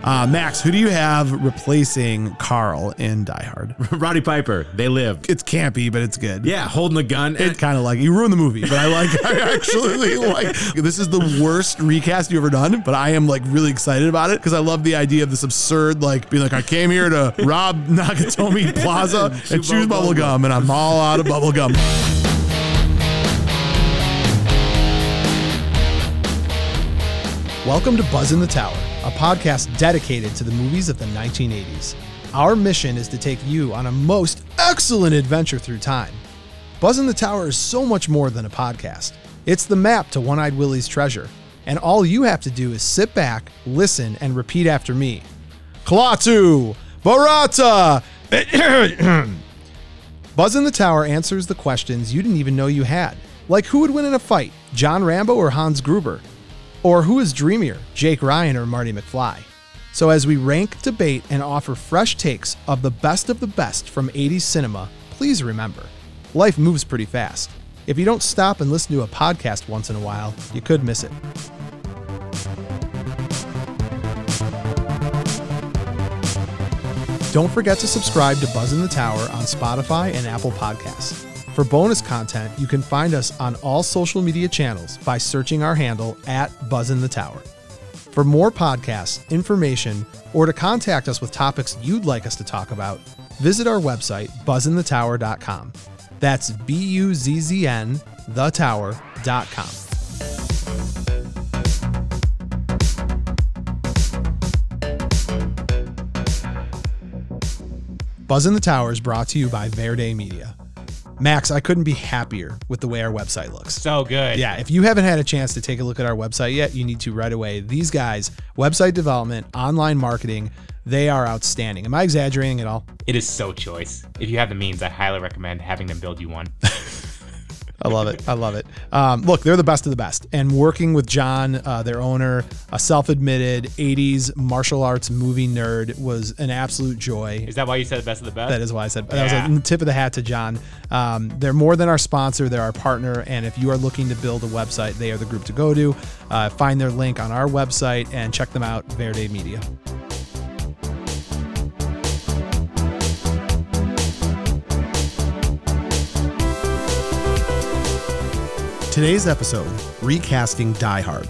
Uh, Max, who do you have replacing Carl in Die Hard? Roddy Piper, they lived. It's campy, but it's good. Yeah, holding a gun. It kind of like you ruined the movie, but I like. I actually like. This is the worst recast you ever done, but I am like really excited about it because I love the idea of this absurd like being like I came here to rob Nakatomi Plaza and choose bubble gum, and I'm all out of bubble gum. Welcome to Buzz in the Tower, a podcast dedicated to the movies of the 1980s. Our mission is to take you on a most excellent adventure through time. Buzz in the Tower is so much more than a podcast. It's the map to One Eyed Willie's treasure, and all you have to do is sit back, listen, and repeat after me. Klaatu! Barata! Buzz in the Tower answers the questions you didn't even know you had. Like who would win in a fight, John Rambo or Hans Gruber? Or who is dreamier, Jake Ryan or Marty McFly? So as we rank, debate, and offer fresh takes of the best of the best from 80s cinema, please remember, life moves pretty fast. If you don't stop and listen to a podcast once in a while, you could miss it. Don't forget to subscribe to Buzz in the Tower on Spotify and Apple Podcasts. For bonus content, you can find us on all social media channels by searching our handle at Buzz in the Tower. For more podcasts, information, or to contact us with topics you'd like us to talk about, visit our website, buzzinthetower.com. That's B U Z Z N, thetower.com. Buzz in the Tower is brought to you by Verde Media. Max, I couldn't be happier with the way our website looks. So good. Yeah, if you haven't had a chance to take a look at our website yet, you need to right away. These guys, website development, online marketing, they are outstanding. Am I exaggerating at all? It is so choice. If you have the means, I highly recommend having them build you one. I love it. I love it. Um, look, they're the best of the best. And working with John, uh, their owner, a self admitted 80s martial arts movie nerd, was an absolute joy. Is that why you said the best of the best? That is why I said that was Yeah. a tip of the hat to John. Um, they're more than our sponsor; they're our partner. And if you are looking to build a website, they are the group to go to. Uh, find their link on our website and check them out. Verde Media. Today's episode, recasting Die Hard.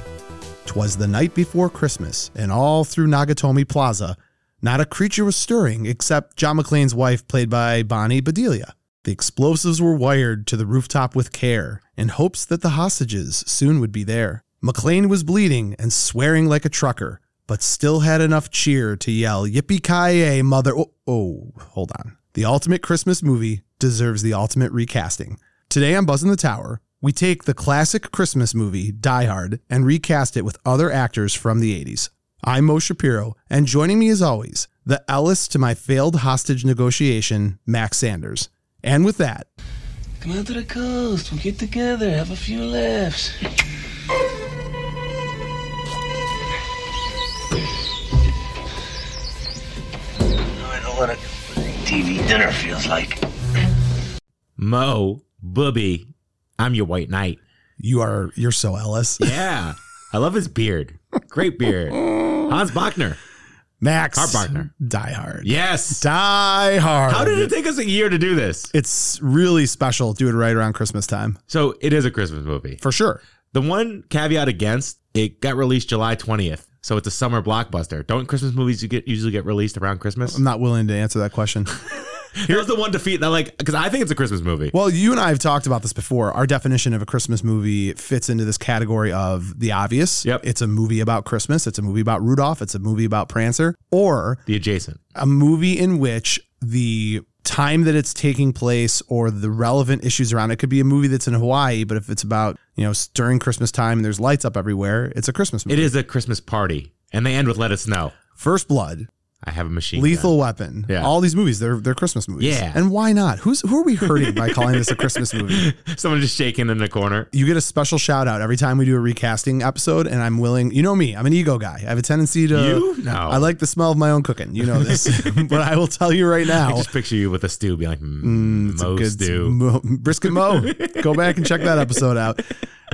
Twas the night before Christmas, and all through Nagatomi Plaza, not a creature was stirring except John McClane's wife, played by Bonnie Bedelia. The explosives were wired to the rooftop with care, in hopes that the hostages soon would be there. McClane was bleeding and swearing like a trucker, but still had enough cheer to yell, Yippee ki mother. Oh, oh, hold on. The ultimate Christmas movie deserves the ultimate recasting. Today on Buzz in the Tower, we take the classic Christmas movie, Die Hard, and recast it with other actors from the 80s. I'm Mo Shapiro, and joining me as always, the Ellis to my failed hostage negotiation, Max Sanders. And with that, Come out to the coast. We'll get together, have a few laughs. I know what a TV dinner feels like. Mo, Booby, I'm your white knight. you are you're so Ellis. Yeah. I love his beard. Great beard. Hans Bachner. Max Our partner. Die Hard. Yes. Die Hard. How did it take us a year to do this? It's really special. Do it right around Christmas time. So it is a Christmas movie. For sure. The one caveat against it got released July 20th. So it's a summer blockbuster. Don't Christmas movies you get usually get released around Christmas? I'm not willing to answer that question. Here's the one defeat that like because I think it's a Christmas movie. Well, you and I have talked about this before. Our definition of a Christmas movie fits into this category of the obvious. Yep. It's a movie about Christmas. It's a movie about Rudolph. It's a movie about Prancer, or The adjacent. a movie in which the time that it's taking place or the relevant issues around it could be a movie that's in Hawaii, but if it's about, you know, during Christmas time and there's lights up everywhere, it's a Christmas movie. It is a Christmas party. And they end with Let It Snow. First Blood, I have a machine. gun. Lethal Weapon. Yeah. All these movies, they're they're Christmas movies. Yeah. And why not? Who's who are we hurting by calling this a Christmas movie? Someone just shaking in the corner. You get a special shout out every time we do a recasting episode, and I'm willing. You know me, I'm an ego guy. I have a tendency to. You? No. I like the smell of my own cooking. You know this, but I will tell you right I now. just picture you with a stew, be like, Mm, mm, it's a Mo good stew. Mo- brisket Mo. Go back and check that episode out.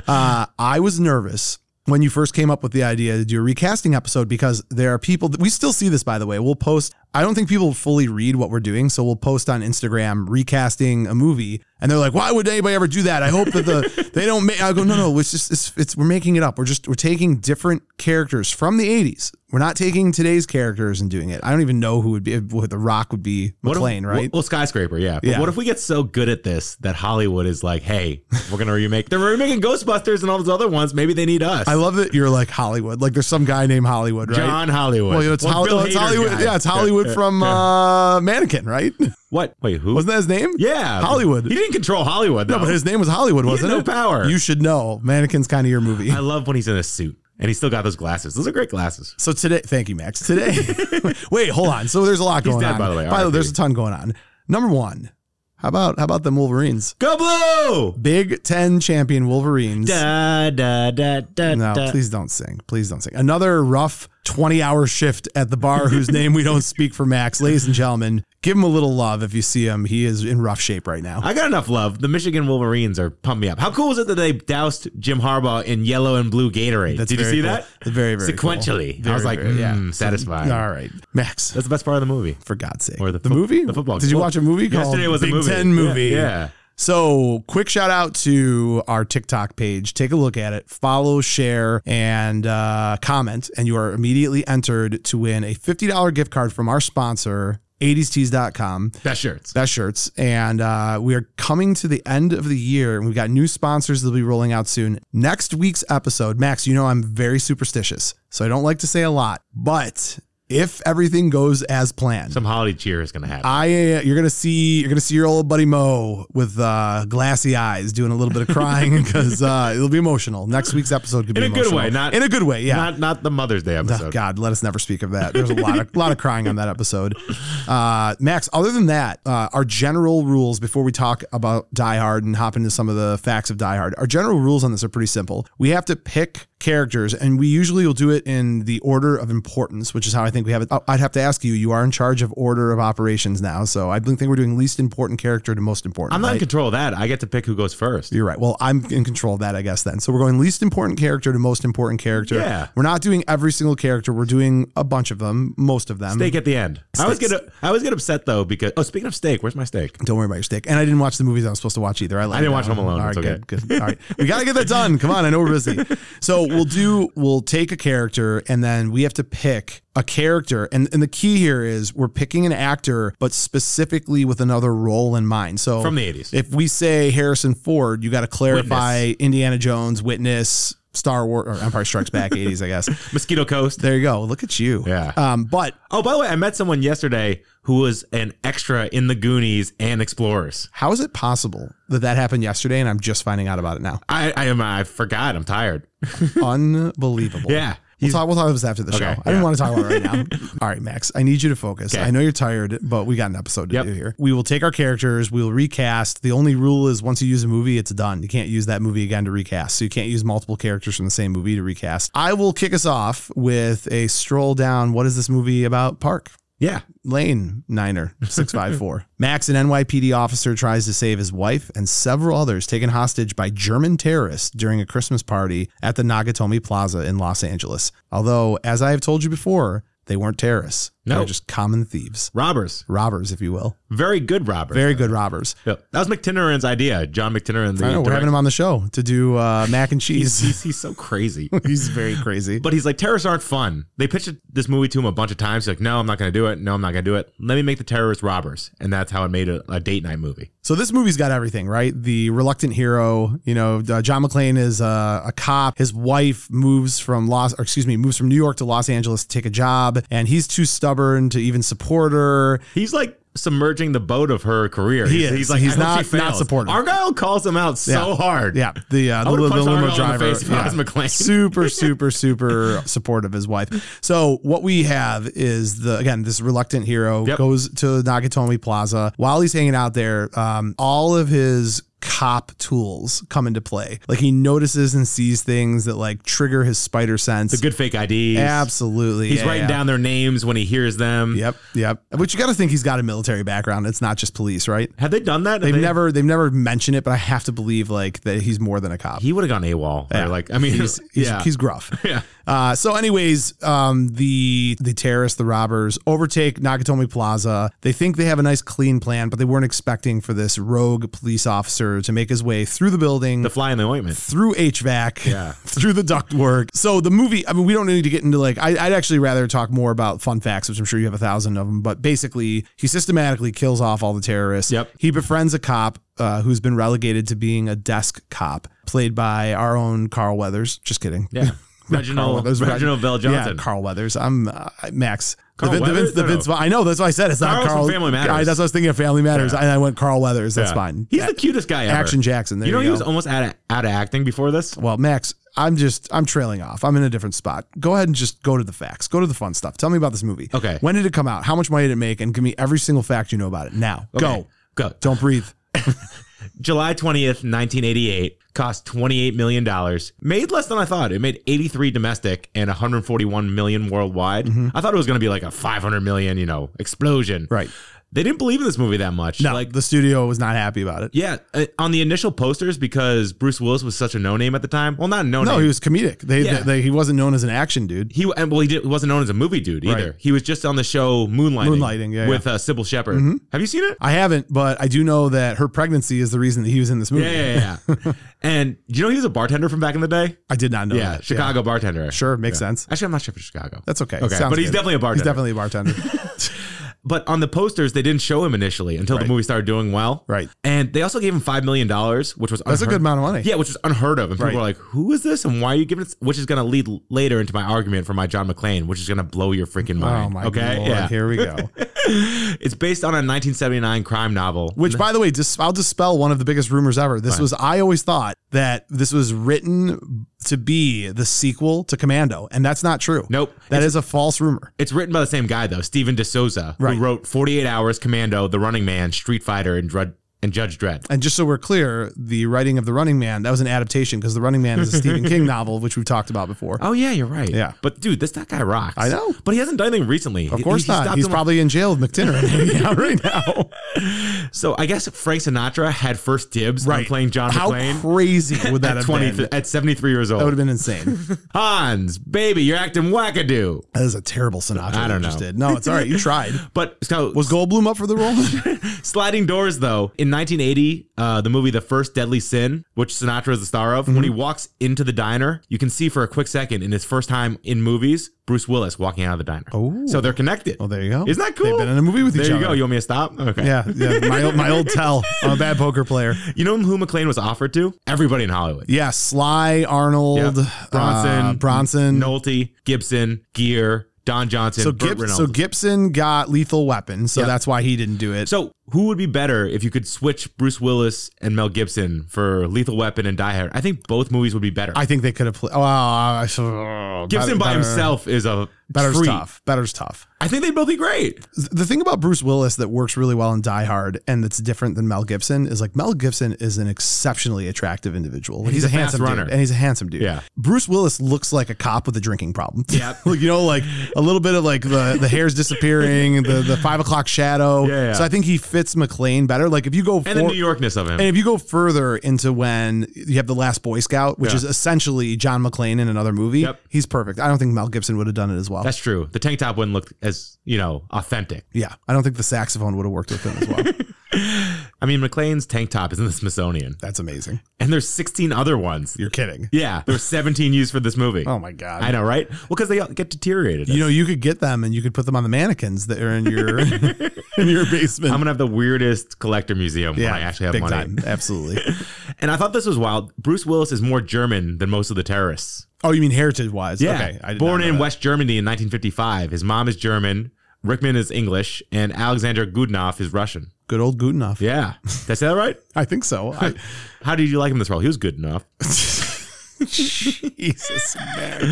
Uh, I was nervous when you first came up with the idea to do a recasting episode because there are people that we still see this by the way. We'll post I don't think people fully read what we're doing, so we'll post on Instagram recasting a movie and they're like, "Why would anybody ever do that?" I hope that the they don't make I go, "No, no, it's just it's, it's we're making it up. We're just we're taking different characters from the 80s. We're not taking today's characters and doing it. I don't even know who would be what the rock would be What if- McLean, right? Well, skyscraper, yeah. But Yeah. what if we get so good at this that Hollywood is like, hey, we're gonna remake. They're remaking Ghostbusters and all those other ones. Maybe they need us. I love that you're like Hollywood. Like there's some guy named Hollywood, right? John Hollywood. Well, you know, it's, Well, Hol- Bill well, it's Hader Hollywood. guy. Yeah, it's Hollywood Yeah, from yeah. uh, Mannequin, right? what? Wait, who? Wasn't that his name? yeah, Hollywood. He didn't control Hollywood. Though. No, but his name was Hollywood, He had wasn't no it? power. You should know. Mannequin's kind of your movie. I love when he's in a suit and he's still got those glasses. Those are great glasses. So today, thank you, Max. Today, wait, hold on. So there's a lot He's going dead, on. by the way, By the way, RIP. there's a ton going on. Number one, how about how about them Wolverines? Go blue. Big Ten champion Wolverines. Da da da da. No, da. please don't sing. Please don't sing. Another rough 20 hour shift at the bar whose name we don't speak for Max. Ladies and gentlemen, give him a little love if you see him. He is in rough shape right now. I got enough love. The Michigan Wolverines are pumping me up. How cool was it that they doused Jim Harbaugh in yellow and blue Gatorade? That's Did you very see cool. that? Very, very cool. Sequentially, I Very, was like, very- yeah. mm, satisfied. All right. Max, That's the best part of the movie. for God's sake. Or the the fo- movie? the football Did you game. watch a movie called Yesterday was Big a movie. Ten movie? Yeah. yeah. So, quick shout out to our TikTok page. Take a look at it, follow, share, and uh, comment, and you are immediately entered to win a $50 gift card from our sponsor, 80stees.com. Best shirts. That shirts. And uh, we are coming to the end of the year, and we've got new sponsors that'll be rolling out soon. Next week's episode, Max, you know I'm very superstitious, so I don't like to say a lot, but if everything goes as planned, Some holiday cheer is going to happen. I uh, you're gonna see you're gonna see your old buddy Mo with uh, glassy eyes doing a little bit of crying because uh, it'll be emotional. Next week's episode could In be a good emotional. way, not- in a good way. Yeah, Not not the Mother's Day Oh, episode. God, let us never speak of that. There's a lot of lot of crying on that episode. Uh, Max, other than that, uh, our general rules before we talk about Die Hard and hop into some of the facts of Die Hard, our general rules on this are pretty simple. We have to pick characters, and we usually will do it in the order of importance, which is how I think we have it. Oh, I'd have to ask you. You are in charge of order of operations now, so I think we're doing least important character to most important. I'm not in right? control of that. I get to pick who goes first. You're right. Well, I'm in control of that, I guess, then. So we're going least important character to most important character. Yeah. We're not doing every single character. We're doing a bunch of them, most of them. Steak at the end. I always get I always get upset though because oh speaking of steak, where's my steak? Don't worry about your steak. And I didn't watch the movies I was supposed to watch either. I, let I didn't it watch down. Home Alone. All right, It's okay. good, good. All right, we got to get that done. Come on, I know we're busy. So we'll do. We'll take a character, and then we have to pick a character. And and the key here is we're picking an actor, but specifically with another role in mind. So From the 80s. if we say Harrison Ford, you got to clarify Indiana Jones, Witness, Star Wars, or Empire Strikes Back, 80s, I guess. Mosquito Coast. There you go. Look at you. Yeah. Um, but Oh, by the way, I met someone yesterday who was an extra in the Goonies and Explorers. how is it possible that that happened yesterday and I'm just finding out about it now? I I am I forgot. I'm tired. Unbelievable. Yeah. We'll talk, we'll talk about this after the show. I didn't yeah. want to talk about it right now. All right, Max, I need you to focus. Okay. I know you're tired, but we got an episode to Yep. do here. We will take our characters, we will recast. The only rule is once you use a movie, it's done. You can't use that movie again to recast. So you can't use multiple characters from the same movie to recast. I will kick us off with a stroll down what is this movie about? Park. Yeah. Lane Niner 654. Max, an NYPD officer, tries to save his wife and several others taken hostage by German terrorists during a Christmas party at the Nagatomi Plaza in Los Angeles. Although, as I have told you before, they weren't terrorists. No. They're just common thieves, Robbers. robbers, if you will. Very good robbers. Very good robbers. Yep. That was McTinneran's idea. John McTinneran. The I know, we're director. having him on the show to do uh, mac and cheese. he's, he's so crazy. He's very crazy. But he's like, terrorists aren't fun. They pitched this movie to him a bunch of times. He's like, no, I'm not going to do it. No, I'm not going to do it. Let me make the terrorists robbers. And that's how it made a, a date night movie. So this movie's got everything, right? The reluctant hero, you know, uh, John McClane is uh, a cop. His wife moves from Los, or excuse me, moves from New York to Los Angeles to take a job, and he's too stubborn to even support her. He's like submerging the boat of her career. He he's, is. he's like, He's I hope not- she not fails. supportive. Argyle calls him out so Yeah. hard. Yeah, the uh, the, would've li- the punched limo Argyle in the driver, face if I was McClane. super, super, super supportive of his wife. So what we have is the again this reluctant hero Yep. goes to Nakatomi Plaza. While he's hanging out there, um, all of his cop tools come into play. Like he notices and sees things that like trigger his spider sense. The good fake IDs. Absolutely. He's Yeah, writing yeah. down their names when he hears them. Yep, yep. But you got to think he's got a military background. It's not just police, right? Had they done that? They've They- never they've never mentioned it, but I have to believe like that he's more than a cop. He would have gone AWOL. Yeah. Or like, I mean, he's, he's, yeah. he's gruff. Yeah. Uh, so, anyways, um, the the terrorists, the robbers, overtake Nakatomi Plaza. They think they have a nice, clean plan, but they weren't expecting for this rogue police officer to make his way through the building. the fly in the ointment. through HVAC, Yeah. through the ductwork. So the movie, I mean, we don't need to get into like, I, I'd actually rather talk more about fun facts, which I'm sure you have a thousand of them. But basically, he systematically kills off all the terrorists. Yep. He befriends a cop uh, who's been relegated to being a desk cop, played by our own Carl Weathers. Just kidding. Yeah. Carl Reginald, Weathers, Reg- Reginald Bell Johnson. Yeah, Carl Weathers. I'm uh, Max. Carl the, Vin- the Weathers? Vince, the No, no. Vince, I know. That's why I said it's not Carl's from Carl. Family Matters. I, that's what I was thinking of Family Matters. Yeah. And I went Carl Weathers. That's Yeah. fine. He's A- the cutest guy ever. Action Jackson. There you you know, go. he was almost out of, out of acting before this. Well, Max, I'm just I'm trailing off. I'm in a different spot. Go ahead and just go to the facts. Go to the fun stuff. Tell me about this movie. Okay. When did it come out? How much money did it make? And give me every single fact you know about it now. Okay. Go. Go. Don't breathe. July 20th, 1988, cost $28 million. Made less than I thought. It made 83 domestic and 141 million worldwide. I thought it was going to be like a 500 million, you know, explosion. Mm-hmm. Right. They didn't believe in this movie that much. No, Like the studio was not happy about it. yeah, uh, on the initial posters because Bruce Willis was such a no-name at the time. Well, not no name. No, he was comedic. They, Yeah. they, he wasn't known as an action dude. He and well, he did, wasn't known as a movie dude either. Right. He was just on the show Moonlighting, Moonlighting, yeah, Mm-hmm. with Uh, Sybil Shepherd. Have you seen it? I haven't, but I do know that her pregnancy is the reason that he was in this movie. Yeah, yeah, yeah. and you know he was a bartender from back in the day. I did not know yeah, that. Chicago bartender. Oh, Sure, makes sense. Actually, I'm not sure for Chicago. That's okay. Okay, Sounds but he's good. definitely a He's bartender. definitely a bartender. but on the posters, they didn't show him initially until Right. the movie started doing well. Right. And they also gave him five million dollars, which was That's a unheard- good amount of money. Yeah, which is unheard of. And people Right. were like, "Who is this? And why are you giving?" This? Which is going to lead l- later into my argument for my John McClane, which is going to blow your freaking mind. Oh my okay, lord. yeah. Here we go. it's based on a 1979 crime novel. Which, by the way, dis- I'll dispel one of the biggest rumors ever. This was, I always thought that this was written to be the sequel to Commando, and that's not true. Nope. That is a false rumor. It's written by the same guy though, Steven DeSouza, Right. who wrote 48 Hours, Commando, The Running Man, Street Fighter, and Drud- and Judge Dredd. And just so we're clear, the writing of The Running Man, that was an adaptation because The Running Man is a Stephen King novel, which we've talked about before. Oh yeah, you're right. Yeah. but dude, this that guy rocks. I know. but he hasn't done anything recently. Of course not. He's probably in jail with McTinner Yeah, right now. so. I guess Frank Sinatra had first dibs on Right. playing John How McClane crazy would that at have 20 been? at 73 years That would old. have been insane. Hans, baby, you're acting wackadoo. That is a terrible Sinatra. I don't you just know. did. No, it's all right. You tried. But so, Was Goldblum up for the role? Sliding Doors, though, in 1980, uh, the movie The First Deadly Sin, which Sinatra is the star of, when he Mm-hmm. walks into the diner, you can see for a quick second in his first time in movies, Bruce Willis walking out of the diner. Oh. So they're connected. Well, there you go. Isn't that cool? They've been in a movie with there each you other. go. You want me to stop? Okay. Yeah, yeah. My old, my old tell. I'm a bad poker player. You know who McLean was offered to? Everybody in Hollywood. Yeah, Sly, Arnold, Yeah. uh, Bronson, Bronson. Nolte, Gibson, Gear, Don Johnson, so, Burt Gib- Reynolds. so Gibson got Lethal Weapon, so Yeah. that's why he didn't do it. So, who would be better if you could switch Bruce Willis and Mel Gibson for Lethal Weapon and Die Hard? I think both movies would be better. I think they could have played. Oh, I- oh, Gibson better- by better- himself is a Better's treat. tough. Better's tough. I think they'd both be great. The thing about Bruce Willis that works really well in Die Hard and that's different than Mel Gibson is like Mel Gibson is an exceptionally attractive individual. Like, He's a fast handsome runner. dude, and he's a handsome dude. Yeah. Bruce Willis looks like a cop with a drinking problem. Yep. like you know, like a little bit of like the the hair's disappearing, the the five o'clock shadow. Yeah, yeah. So I think he fits McLean better. Like if you go And the for- New Yorkness of him. and if you go further into when you have the last Boy Scout, which Yeah. is essentially John McClane in another movie, Yep. he's perfect. I don't think Mel Gibson would have done it as well. That's true. The tank top wouldn't look as, you know, authentic. yeah, I don't think the saxophone would have worked with him as well. I mean, McLean's tank top is in the Smithsonian. That's amazing. And there's 16 other ones. You're kidding. Yeah, there were 17 used for this movie. Oh my god. I know, right? Well, because they all get deteriorated. You know, you could get them and you could put them on the mannequins that are in your in your basement. I'm going to have the weirdest collector museum when I actually have big money. time. Absolutely. And I thought this was wild. Bruce Willis is more German than most of the terrorists. Oh, you mean heritage wise? Okay. I did Born not know in that. West Germany in 1955. His mom is German. Rickman is English. And Alexander Gudnoff is Russian. Good old Gutenoff. Yeah. Did I say that right? I think so. I, How did you like him in this role? He was good enough. Jesus, Max.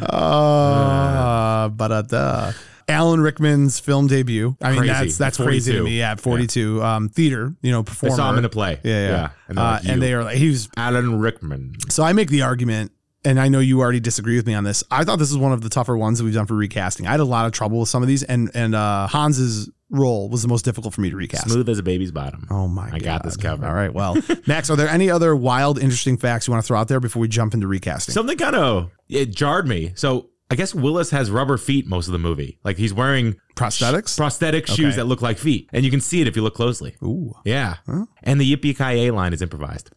Uh, but uh, Ah, Alan Rickman's film debut. I mean, Crazy. that's that's crazy to 42. me. Yeah, forty two. Um, theater, you know, They performer. saw him in a play. yeah, yeah. And, And, they're uh, like, and "You, they are like, he was Alan Rickman. So I make the argument, and I know you already disagree with me on this. I thought this was one of the tougher ones that we've done for recasting. I had a lot of trouble with some of these, and and uh, Hans's role was the most difficult for me to recast. Smooth as a baby's bottom. Oh my! I got this covered. All right. Well, Max, are there any other wild, interesting facts you want to throw out there before we jump into recasting? Something kind of it jarred me. So I guess Willis has rubber feet most of the movie. Like he's wearing Prosthetics. prosthetic Okay. shoes that look like feet, and you can see it if you look closely. Ooh, Yeah. And the yippee ki yay line is improvised.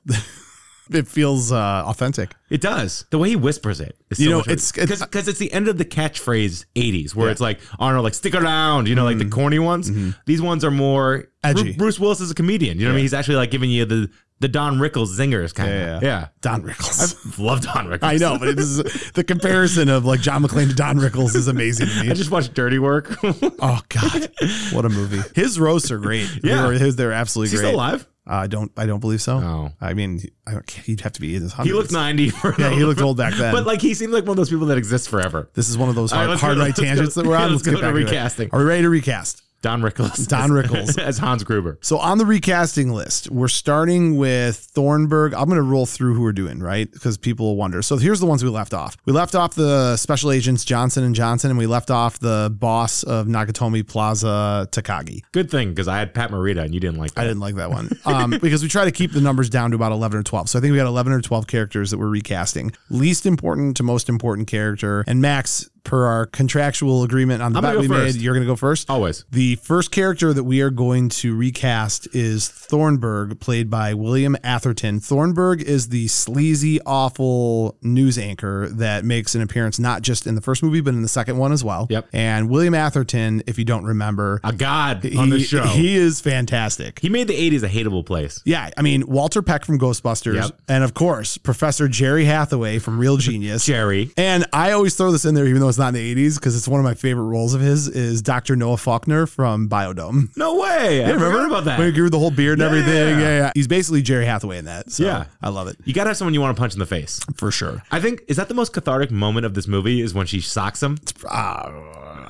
it feels uh, authentic. It does. The way he whispers it is so You know, much- it's- it's- because it's the end of the catchphrase '80s, where it's like Arnold, like stick around, you know, like the corny ones. These ones are more Mm-hmm. Edgy. Bru- Bruce Willis is a comedian. You know, what I mean, he's actually like giving you the the Don Rickles zingers kind Yeah, of. yeah. Yeah, Don Rickles. I've loved Don Rickles. I know, but it is the comparison of like John McClane to Don Rickles is amazing to me. I just watched Dirty Work. Is oh God, what a movie! His roasts are great. Yeah. They were- his they're absolutely he great. still alive? Uh, I don't. I don't believe so. Oh. I mean, I don't, he'd have to be in his He hundreds. looked 90. For Yeah, he looked old back then. But like, he seemed like one of those people that exists forever. This is one of those All right, hard, let's hard go- right let's go- tangents that we're on. Let's, let's get go back to into it. recasting. Are we ready to recast? Don Rickles. Don as- Rickles. as Hans Gruber. So on the recasting list, we're starting with Thornburg. I'm going to roll through who we're doing, right? Because people will wonder. So here's the ones we left off. We left off the special agents Johnson and Johnson, and we left off the boss of Nakatomi Plaza Takagi. Good thing because I had Pat Morita and you didn't like that. I didn't like that one um, because we try to keep the numbers down to about 11 or 12. So I think we got 11 or 12 characters that we're recasting. Least important to most important character. And Max, per our contractual agreement on the I'm bet gonna we go first. made, you're going to go first. Always. The first character that we are going to recast is Thornburg, played by William Atherton. Thornburg is the sleazy, awful news anchor that makes an appearance not just in the first movie, but in the second one as well. Yep. And William Atherton, if you don't remember, A god on the he- show. he is fantastic. He made the 80s a hateable place. Yeah, I mean Walter Peck from Ghostbusters, Yep. and of course Professor Jerry Hathaway from Real Genius. Jerry. And I always throw this in there, even though it's not in the '80s, because it's one of my favorite roles of his is Dr. Noah Faulkner from Biodome. No way. I remember about that. When he grew the whole beard and Yeah. everything. Yeah, yeah. He's basically Jerry Hathaway in that. So Yeah. I love it You gotta have someone you want to punch in the face. for sure. I think is that the most cathartic moment of this movie is when she socks him. Uh,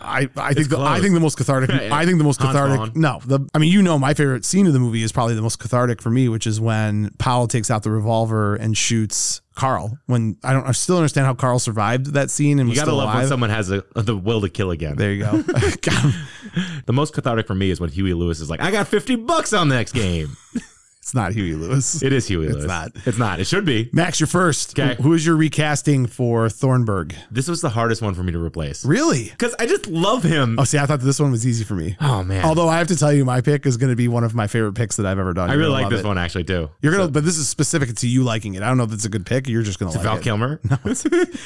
I, I think the, I close. think the most cathartic. Yeah, yeah. I think the most Hans cathartic. Vaughn. No, the I mean you know my favorite scene of the movie is probably the most cathartic for me, which is when Powell takes out the revolver and shoots Carl. When I don't, I still understand how Carl survived that scene and You was gotta still love alive. when someone has a, the will to kill again. there you go. God, The most cathartic for me is when Huey Lewis is like, "I got fifty bucks on the next game." it's not Huey Lewis. It is Huey It's Lewis. not. It's not. It should be. Max, you're first. Okay. Who is your recasting for Thornburg? This was the hardest one for me to replace Really? because I just love him. Oh, see, I thought this one was easy for me. Oh man, Although I have to tell you, my pick is going to be one of my favorite picks that I've ever done. I You're really gonna like love this it. one actually too. You're gonna, but this is specific to you liking it. I don't know if it's a good pick. You're just gonna like Val it. Kilmer.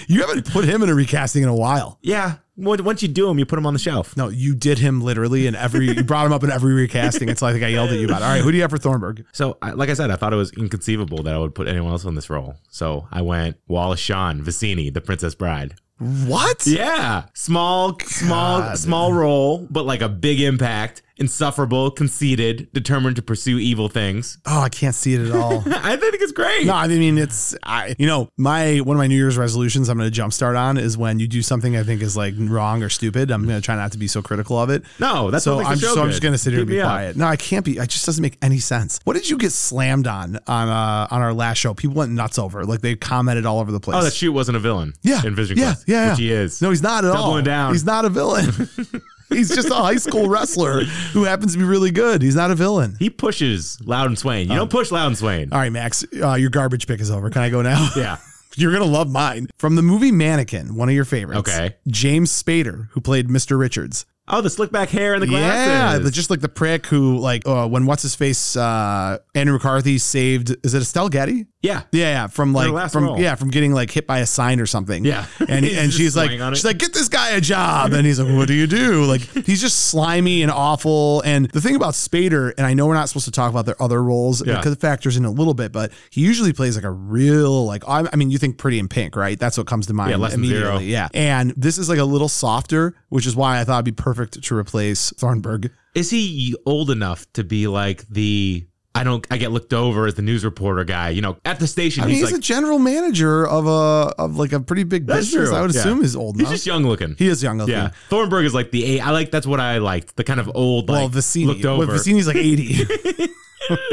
You haven't put him in a recasting in a while. Yeah. Once once you do him, you put him on the shelf. No, you did him literally in every. You brought him up in every recasting until I think I yelled at you about. it. All right, who do you have for Thornburg? So, I, like I said, I thought it was inconceivable that I would put anyone else on this role. So I went Wallace Shawn Vicini, the Princess Bride. What? Yeah, small, small, small role, but like a big impact. Insufferable, conceited, determined to pursue evil things. Oh, I can't see it at all. I think it's great. No, I mean it's I. You know, my one of my New Year's resolutions I'm going to jumpstart on is when you do something I think is like wrong or stupid. I'm going to try not to be so critical of it. No, that's so what makes I'm the show so I'm good. just going to sit here and Keep be me up. quiet. No, I can't be. It just doesn't make any sense. What did you get slammed on on uh, on our last show? People went nuts over. Like they commented all over the place. Oh, that shoot wasn't a villain. Yeah. in Vision yeah, Quest, yeah, yeah. which he is. No, he's not at all. Doubling down. He's not a villain. he's just a high school wrestler who happens to be really good. He's not a villain. he pushes Loudon Swain. You don't push Loudon Swain. Oh. All right, Max, uh, your garbage pick is over. Can I go now? yeah, You're gonna love mine from the movie Mannequin, one of your favorites. Okay. James Spader, who played Mr. Richards. Oh, the slick back hair and the glasses. Yeah, the- just like the prick who, like, uh, when what's his face, uh, Andrew McCarthy saved. Is it Estelle Getty? yeah. Yeah, yeah, from like last from role. yeah, from getting like hit by a sign or something. Yeah. and He's and just she's like, swinging on it. she's like, get this guy a job, and he's like, what do you do? Like, he's just slimy and awful. And the thing about Spader, and I know we're not supposed to talk about their other roles Yeah. because it factors in a little bit, but he usually plays like a real like I, I mean, you think Pretty in Pink, right? That's what comes to mind Yeah, Less Than immediately. Zero. Yeah, and this is like a little softer, which is why I thought it'd be perfect to replace Thornburg. Is he old enough to be like the I don't. I get looked over as the news reporter guy. You know, at the station, I mean, he's, he's, like, a general manager of a of like a pretty big That's business. true, I would yeah. assume he's old he's enough. just young looking. he is young looking. yeah, Thornburg is like the a. I like that's what I liked. The kind of old, like well, Vicini. looked Well, over. Vicini's like eighty.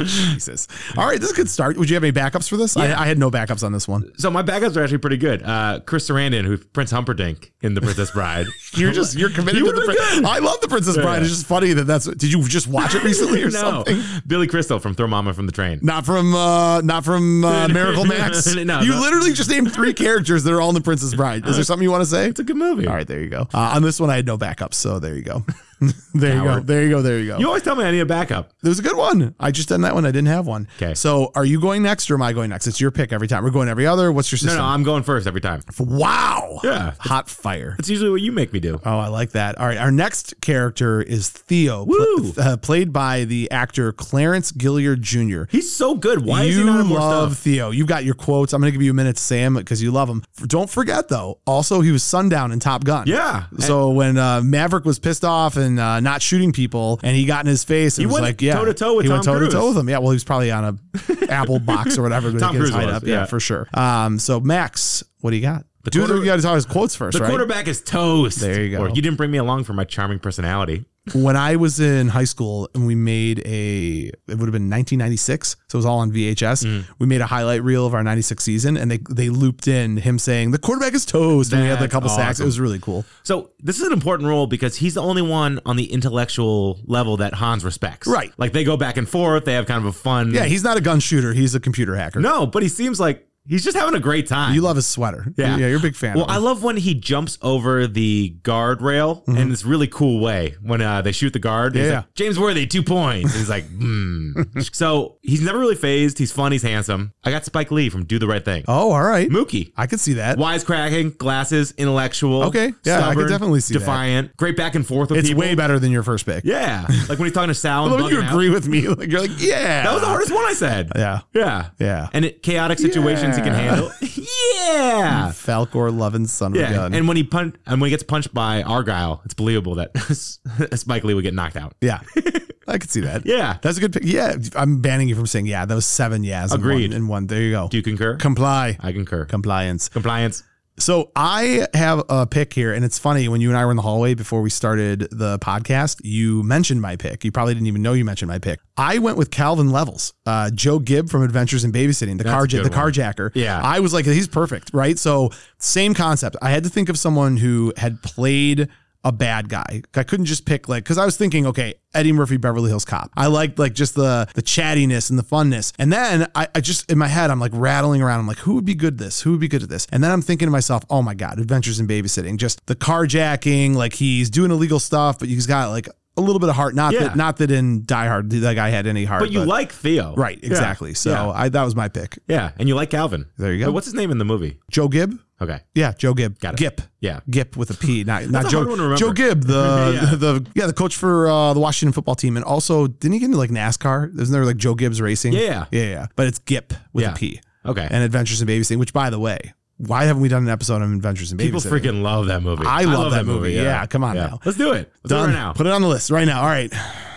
Jesus. All right, this could start. Would you have any backups for this? I, I had no backups on this one. so my backups are actually pretty good. Uh, Chris Sarandon, who Prince Humperdinck in The Princess Bride. You're just you're committed You to the. were Prin- I love the Princess Bride. It's just funny that that's. Did you just watch it recently or no, something? Billy Crystal from Throw Mama from the Train. Not from uh not from uh, Miracle Max. No, you no. literally just named three characters that are all in the Princess Bride. Is there something you want to say? It's a good movie. All right, there you go. Uh, on this one, I had no backup, so there you go. there you go. There you go. There you go. You always tell me I need a backup. There was a good one. I just done that one. I didn't have one. 'Kay. So are you going next or am I going next? It's your pick every time. We're going every other. What's your No, system? no, I'm going first every time. wow. Yeah. Hot fire. That's usually what you make me do. Oh, I like that. All right. Our next character is Theo, pl- Woo. uh, played by the actor Clarence Gilliard Jr. He's so good. Why you is he not in more love stuff? Theo. You've got your quotes. I'm going to give you a minute to say them because you love them. Don't forget, though, also, he was Sundown in Top Gun. Yeah. So when uh, Maverick was pissed off and uh, not shooting people, and he got in his face, and He was went like, "Yeah, toe-to-toe with he went Tom toe to toe Cruise. with him." Yeah, well, he was probably on a Apple box or whatever. to Tom get his Cruise hide was, up. Yeah, yeah. for sure. Um, so Max, what do you got? The Dude, quarter- you got to talk his quotes first, The right? quarterback is toast. There you go. Or you didn't bring me along for my charming personality. when I was in high school and we made a, it would have been 1996, so it was all on VHS. Mm. We made a highlight reel of our 96 season, and they they looped in him saying the quarterback is toast, and we had a That's couple sacks. It awesome. was really cool. So this is an important role because he's the only one on the intellectual level that Hans respects. Right. Like they go back and forth. They have kind of a fun. Yeah, he's not a gun shooter; he's a computer hacker. no, but he seems like he's just having a great time. You love his sweater. Yeah. yeah, you're a big fan. Well, of him. I love when he jumps over the guardrail in this really cool way when uh, they shoot the guard. He's Mm-hmm. Yeah. like, James Worthy, two points. And he's like, hmm. so he's never really phased. He's fun. He's handsome. I got Spike Lee from Do the Right Thing. Oh, all right. Mookie. I could see that. Wisecracking, glasses, intellectual. Okay. Yeah, I could stubborn, definitely see that. Defiant. Great back and forth with It's people. way better than your first pick. Yeah. Like when he's talking to Sal. I and love when you bugging out. agree with me. Like, you're like, yeah. That was the hardest one I said. Yeah. Yeah. Yeah. And it, chaotic situations he can Yeah. Mm, handle. yeah. Falcor loving son of a Yeah, gun. and when he punch and when he gets punched by Argyle, it's believable that Spike Lee would get knocked out. yeah. I could see that. Yeah, That's a good pick. Yeah. I'm banning you from saying yeah. That was seven yeahs. Agreed. In one, in one. There you go. do you concur? Comply. I concur. Compliance. Compliance. So I have a pick here, and it's funny when you and I were in the hallway before we started the podcast. You mentioned my pick. You probably didn't even know you mentioned my pick. I went with Calvin Levels, uh, Joe Gibb from Adventures in Babysitting, the That's a carja- good the one. carjacker. Yeah. I was like, he's perfect, right? So same concept. I had to think of someone who had played a bad guy. I couldn't just pick like because I was thinking, okay, Eddie Murphy, Beverly Hills Cop. I liked like just the the chattiness and the funness. And then I, I just in my head, I'm like rattling around. I'm like, who would be good at this? Who would be good at this? And then I'm thinking to myself, oh my god, Adventures in Babysitting, just the carjacking. Like he's doing illegal stuff, but he's got like a little bit of heart. Not Yeah. that not that in Die Hard that guy had any heart. But you like Theo, right exactly. Yeah. So yeah. I that was my pick. Yeah, and you like Calvin. There you go. But what's his name in the movie? Joe Gibb. Okay, Yeah, Joe Gibb. Got it. Gip. yeah, Gip with a P, not not a Joe. hard one to remember. Joe Gibb, the Yeah. the yeah, the coach for uh, the Washington football team, and also didn't he get into like NASCAR? Isn't there like Joe Gibbs Racing? Yeah. yeah, yeah. But it's Gip with Yeah. a P, okay. and Adventures in Babysitting. Which, by the way, why haven't we done an episode on Adventures in Babysitting? People freaking love that movie. I love that movie. Yeah, come on now. Let's do it. Let's done. do it right now. Put it on the list right now. All right.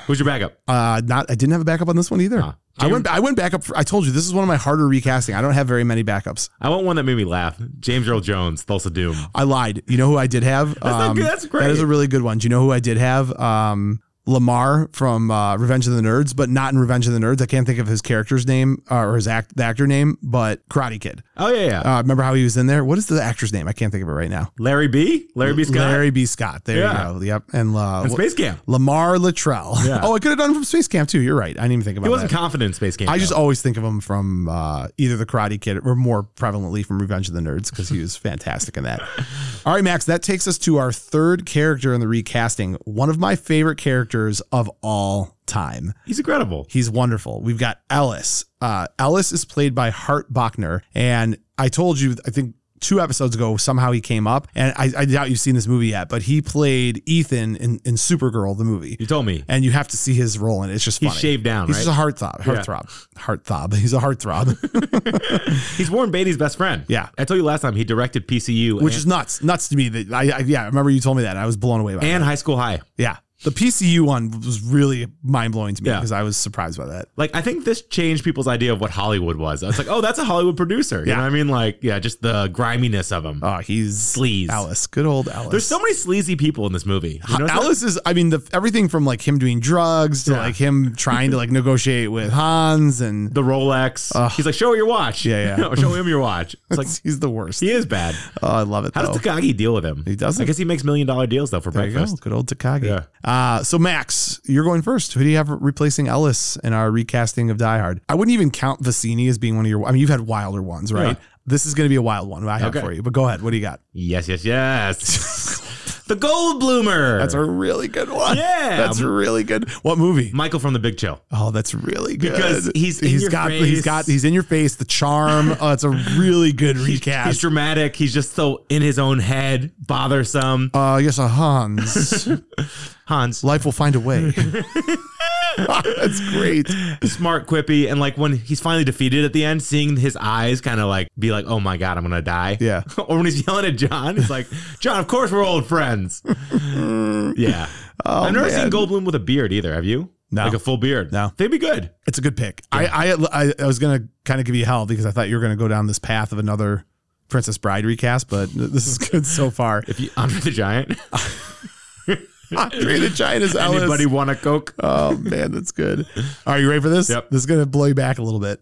Who's your backup? Uh, not I didn't have a backup on this one either. Huh. I went I went back up. For, I told you this is one of my harder recasting. I don't have very many backups. I want one that made me laugh. James Earl Jones, Thulsa Doom. I lied. You know who I did have? That's not good. That's That is great. a really good one. Do you know who I did have? Um, Lamar from uh, Revenge of the Nerds, but not in Revenge of the Nerds. I can't think of his character's name uh, or his act, the actor name, but Karate Kid. Oh yeah, yeah. Uh, remember how he was in there? What is the actor's name? I can't think of it right now. Larry B. Larry B. Scott. Larry B. Scott. There Yeah. you go. Yep. And, uh, and Space Camp. Lamar Luttrell. Yeah. Oh, I could have done him from Space Camp too. You're right. I didn't even think about He wasn't that. confident in Space Camp. I just though. always think of him from uh, either the Karate Kid or more prevalently from Revenge of the Nerds because he was fantastic in that. All right, Max, that takes us to our third character in the recasting. One of my favorite characters of all time. he's incredible. He's wonderful. We've got Ellis. Uh, Ellis is played by Hart Bachner. And I told you, I think two episodes ago, somehow he came up. And I, I doubt you've seen this movie yet, but he played Ethan in, in Supergirl, the movie. You told me And you have to see his role in it. It's just he's funny. shaved down, He's right? just a heartthrob. Heartthrob. Heartthrob. He's a heartthrob. He's Warren Beatty's best friend. Yeah. I told you last time he directed PCU Which and, is nuts. Nuts to me that I, I yeah, I remember you told me that. and I was blown away by it. and High School High. Yeah. The PCU one was really mind blowing to me Yeah. because I was surprised by that. Like I think this changed people's idea of what Hollywood was. I was like, oh, that's a Hollywood producer. You Yeah. know what I mean? Like, yeah, just the griminess of him. Oh, he's Sleaze. Alice, good old Alice. There's so many sleazy people in this movie. You know, Alice is, I mean, the, everything from like him doing drugs to Yeah. like him trying to like negotiate with Hans and the Rolex. He's like, show her your watch. Yeah, yeah. Or show him your watch. It's like he's the worst. he is bad. Oh, I love it. How though. does Takagi deal with him? He doesn't. I guess he makes million dollar deals though for There you go. breakfast. Good old Takagi. Uh, so Max, you're going first. Who do you have replacing Ellis in our recasting of Die Hard? I wouldn't even count Vicini as being one of your. I mean, you've had wilder ones, right? Yeah. This is going to be a wild one I have Okay. for you. But go ahead. What do you got? Yes, yes, yes. the Gold Bloomer. That's a really good one. Yeah. Um, that's really good. What movie? Michael from The Big Chill. Oh, that's really good. Because he's in your got face. he's got he's in your face. The charm. Oh, it's a really good He's recast. dramatic. He's just so in his own head, bothersome. Uh, yes, a Hans. Hans, Life will find a way. that's great. smart, quippy, and like when he's finally defeated at the end, seeing his eyes kind of like be like, "Oh my god, I'm gonna die." Yeah. or when he's yelling at John, he's like, "John, of course we're old friends." yeah. I've never man. seen Goldblum with a beard either. Have you? No. Like a full beard. No. They'd be good. It's a good pick. I, I I I was gonna kind of give you hell because I thought you were gonna go down this path of another Princess Bride recast, but this is good so far. If you Andre the Giant. Andre the Giant is Ellis. Anybody want a Coke? Oh man, that's good. Are you ready for this? Yep. This is gonna blow you back a little bit.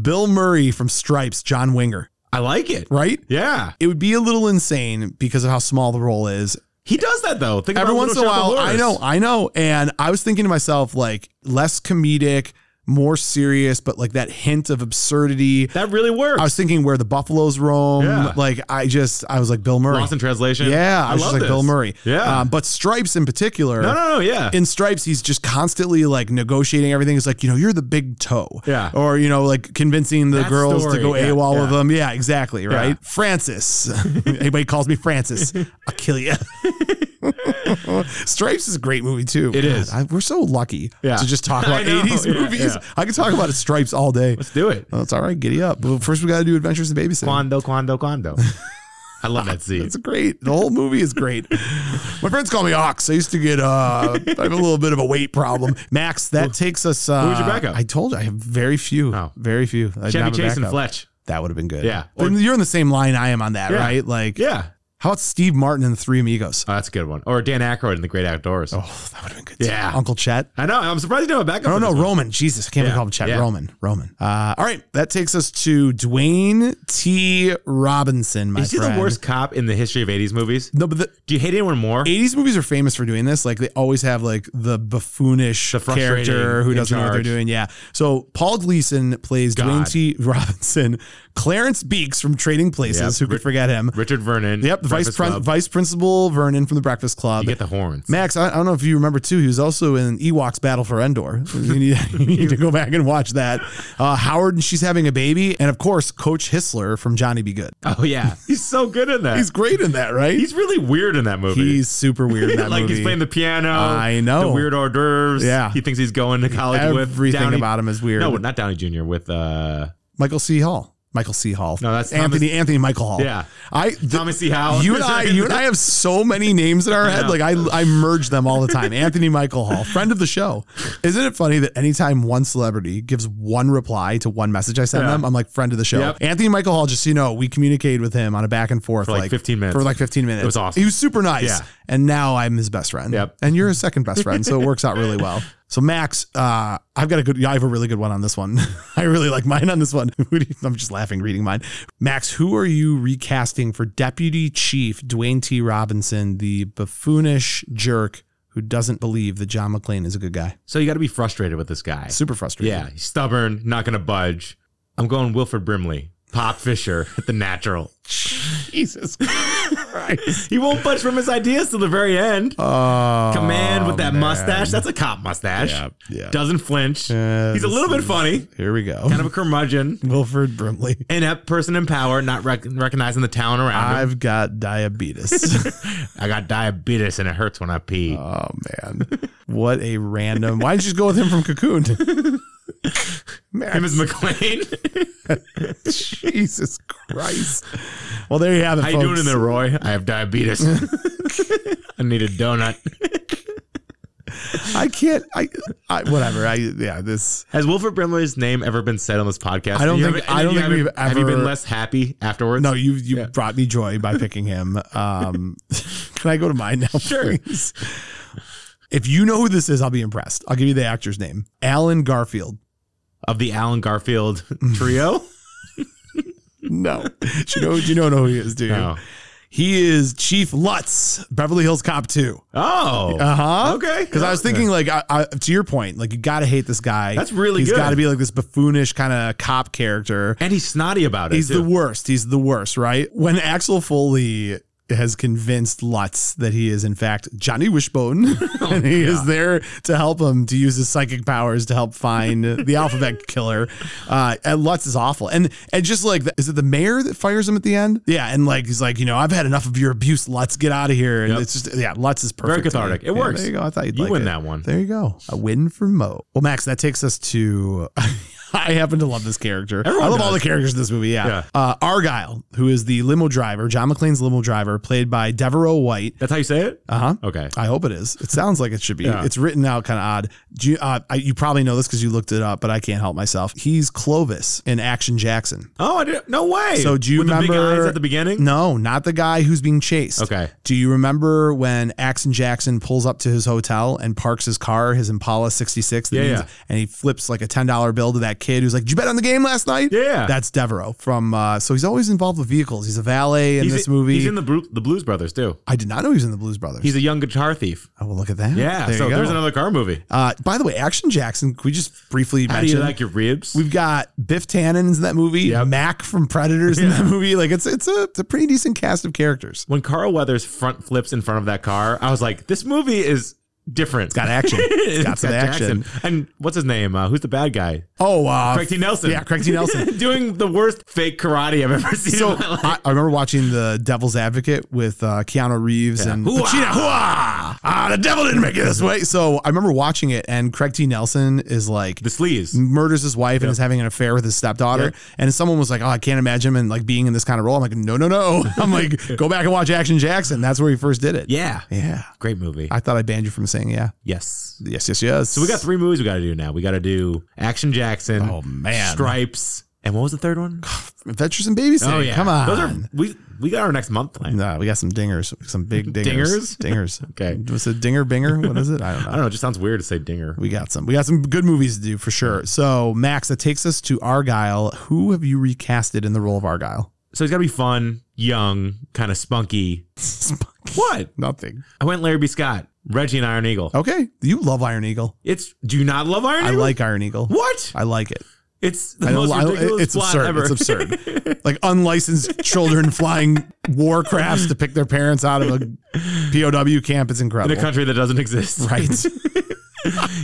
Bill Murray from Stripes, John Winger, I like it. right? Yeah. It would be a little insane because of how small the role is. He does that though. Think Every about once in Little a Shop of while, I Horrors. know, I know. And I was thinking to myself, like, less comedic, more serious, but like that hint of absurdity. That really works. I was thinking where the buffaloes roam. Yeah. Like I just, I was like Bill Murray. Lost in translation. Yeah, I, was just like this. Bill Murray. Yeah. um, but Stripes in particular. no, no, no. Yeah. In Stripes, he's just constantly like negotiating everything. It's like you know, you're the big toe. Yeah. Or you know, like convincing the That girls to story, go yeah, AWOL yeah. with them. Yeah, exactly. Right. Francis. Anybody calls me Francis, I'll kill you. Stripes is a great movie too. It God, is. I, we're so lucky Yeah. to just talk I about know, 80s yeah, movies. yeah. I could talk about Stripes all day. Let's do it. Well, it's all right. Giddy up. But first, we got to do Adventures in Babysitting. Quando, quando, quando. I love that scene. It's great. The whole movie is great. My friends call me Ox. I used to get uh, I have a little bit of a weight problem. Max, that takes us. Uh, was your backup? I told you I have very few. Oh. Very few. I didn't Chevy have a Chase and backup. Fletch. That would have been good. Yeah. But Or- you're in the same line I am on that, Yeah. right? Like, Yeah. how about Steve Martin and the Three Amigos? Oh, that's a good one. Or Dan Aykroyd in The Great Outdoors. Oh, that would have been good. too. Yeah. Uncle Chet. I know. I'm surprised you don't have a backup. Oh for no, this one. Roman. Jesus, I can't even Yeah, call him Chet. yeah. Roman. Roman. Uh, all right, that takes us to Dwayne T. Robinson. My Is he the friend. worst cop in the history of 80s movies? No, but the, Do you hate anyone more? 80s movies are famous for doing this. Like they always have like the buffoonish The frustrating character who in doesn't know what they're charge. doing. Yeah. So Paul Gleason plays God. Dwayne T. Robinson, Clarence Beeks from Trading Places. Yep. Who could Ri- forget him? Richard Vernon. Yep, the vice Breakfast prin- Club. vice principal Vernon from the Breakfast Club. You get the horns. Max, I, I don't know if you remember too. He was also in Ewoks Battle for Endor. You need, you need to go back and watch that. Uh, Howard and she's having a baby, and of course Coach Hissler from Johnny Be Good. Oh, yeah. He's so good in that. He's He's, great in that, right? He's, really weird in that movie. super weird in that like movie. he's playing the piano. I know. The weird hors d'oeuvres. Yeah. He thinks he's going to college with Everything Downey- about him is weird. No, not Downey Jr. With uh, Michael C. Hall. Michael C. Hall. No, that's Anthony. Anthony Michael Hall. Yeah. I. th- Thomas C. Howell. Oh. you and I, you and I have so many names in our head. know. Like I, I merge them all the time. Anthony Michael Hall, friend of the show. Isn't it funny that anytime one celebrity gives one reply to one message I send Yeah. them, I'm like friend of the show. Yep. Anthony Michael Hall, just so you know, we communicated with him on a back and forth For, like, 15 minutes. For like 15 minutes, It was awesome. He was super nice. Yeah. And now I'm his best friend. Yep. And you're his second best friend, so it works out really well. So Max, uh, I've got a good. I have a really good one on this one. I really like mine on this one. Who do you- I'm just laughing reading mine. Max, who are you recasting for Deputy Chief Dwayne T. Robinson, the buffoonish jerk who doesn't believe that John McClane is a good guy? So you got to be frustrated with this guy. Super frustrating. Yeah, he's stubborn, not going to budge. I'm going Wilford Brimley, Pop Fisher at the natural. Jesus Christ. He won't budge from his ideas till the very end. Oh, Command with that man. mustache. That's a cop mustache. Yeah, yeah. Doesn't flinch. Yeah, he's a this little bit is- funny, Here we go. kind of a curmudgeon, Wilford Brimley. inept person in power, not rec- recognizing the town around him. I've got diabetes. I got diabetes and it hurts when I pee. oh man, what a random! Why did you just go with him from Cocoon? him Man, is McLean. Jesus Christ! Well, there you have it. How you doing folks. in there, Roy? I have diabetes. I need a donut. I can't. I, I whatever. I yeah. This Has Wilford Brimley's name ever been said on this podcast? I don't You think- haven't- I don't you think we've haven't- Have you ever- been less happy afterwards? no. You you Yeah. brought me joy by picking him. Um, can I go to mine now? Sure. please? If you know who this is, I'll be impressed. I'll give you the actor's name: Alan Garfield. Of the Alan Garfield trio? No, Do you know. You don't know who he is, do you? no. He is Chief Lutz, Beverly Hills Cop Two. Oh. Uh huh. Okay. Because I was thinking, like, I, I, to your point, like, you gotta hate this guy. That's really He's good. gotta be like this buffoonish kind of cop character. And he's snotty about it. He's the too. worst. He's the worst, right? When Axel Foley has convinced Lutz that he is in fact Johnny Wishbone, Oh, and he is there to help him to use his psychic powers to help find the alphabet killer. Uh, and Lutz is awful, and and just like the, is it the mayor that fires him at the end? Yeah, and like he's like, you know, I've had enough of your abuse. Lutz, get out of here. And Yep. it's just yeah, Lutz is perfect. Very to me. cathartic. It Yeah, works. There you go. I thought you'd You like win it. that one. There you go. A win for Mo. Well, Max, that takes us to. I happen to love this character. Everyone I love all does. the characters in this movie. Yeah. Yeah. Uh, Argyle, who is the limo driver, John McClane's limo driver, played by Devereaux White. That's how you say it? Uh huh. Okay. I hope it is. It sounds like it should be. Yeah. It's written out kind of odd. Do you, uh, I, you probably know this because you looked it up, but I can't help myself. He's Clovis in Action Jackson. Oh, I didn't, no way. So do you With remember the big eyes at the beginning? No, not the guy who's being chased. Okay. Do you remember when Axon Jackson pulls up to his hotel and parks his car, his Impala 66, that Yeah, means- yeah. and he flips like a $10 bill to that kid who's like, Did you bet on the game last night? Yeah. That's Devereaux from, uh, so he's always involved with vehicles. He's a valet in He's this movie. He's in the, Bru- the Blues Brothers, too. I did not know he was in the Blues Brothers. He's a young guitar thief. oh, well, look at that. Yeah. There so you go. there's another car movie. uh, by the way, Action Jackson, could we just briefly How do mention you like your ribs? We've got Biff Tannen's in that movie, Yep. Mac from Predators in that movie. Like it's it's a, it's a pretty decent cast of characters. when Carl Weathers front flips in front of that car, I was like, this movie is different. It's got action. It's got some action. And what's his name? Uh, who's the bad guy? Oh, uh, Craig T. Nelson. Yeah, Craig T. Nelson. Doing the worst fake karate I've ever seen. so in my life. I, I remember watching The Devil's Advocate with uh, Keanu Reeves and Hoo-ah! Pacino. Hoo-ah! Ah, the devil didn't make it this way. So I remember watching it, and Craig T. Nelson is like the sleaze. murders his wife and is having an affair with his stepdaughter. Yep. And someone was like, "Oh, I can't imagine him and like being in this kind of role." I'm like, "No, no, no." I'm like, "Go back and watch Action Jackson. That's where he first did it." Yeah. yeah. Great movie. I thought I banned you from saying yeah. yes. Yes, yes, yes. So we got three movies we got to do now. We got to do Action Jackson. Oh, man. Stripes. And what was the third one? adventures in babysitting. come on. Oh, Those are we we got our next month plan. Nah, we got some dingers, some big dingers, Dingers? dingers. Okay. was it dinger binger? What is it? I don't I know. don't know. It just sounds weird to say dinger. We got some. We got some good movies to do for sure. So Max, that takes us to Argyle. Who have you recasted in the role of Argyle? So he's got to be fun, young, kind of spunky. What? Nothing. I went Larry B. Scott, Reggie, and Iron Eagle. Okay, you love Iron Eagle. It's do you not love Iron Oh. I Eagle? like Iron Eagle. what? I like it. It's the I don't- most I don't- ridiculous it's plot absurd. ever. It's absurd. Like unlicensed children flying war crafts to pick their parents out of a POW camp. It's in a incredible. country that doesn't exist. right.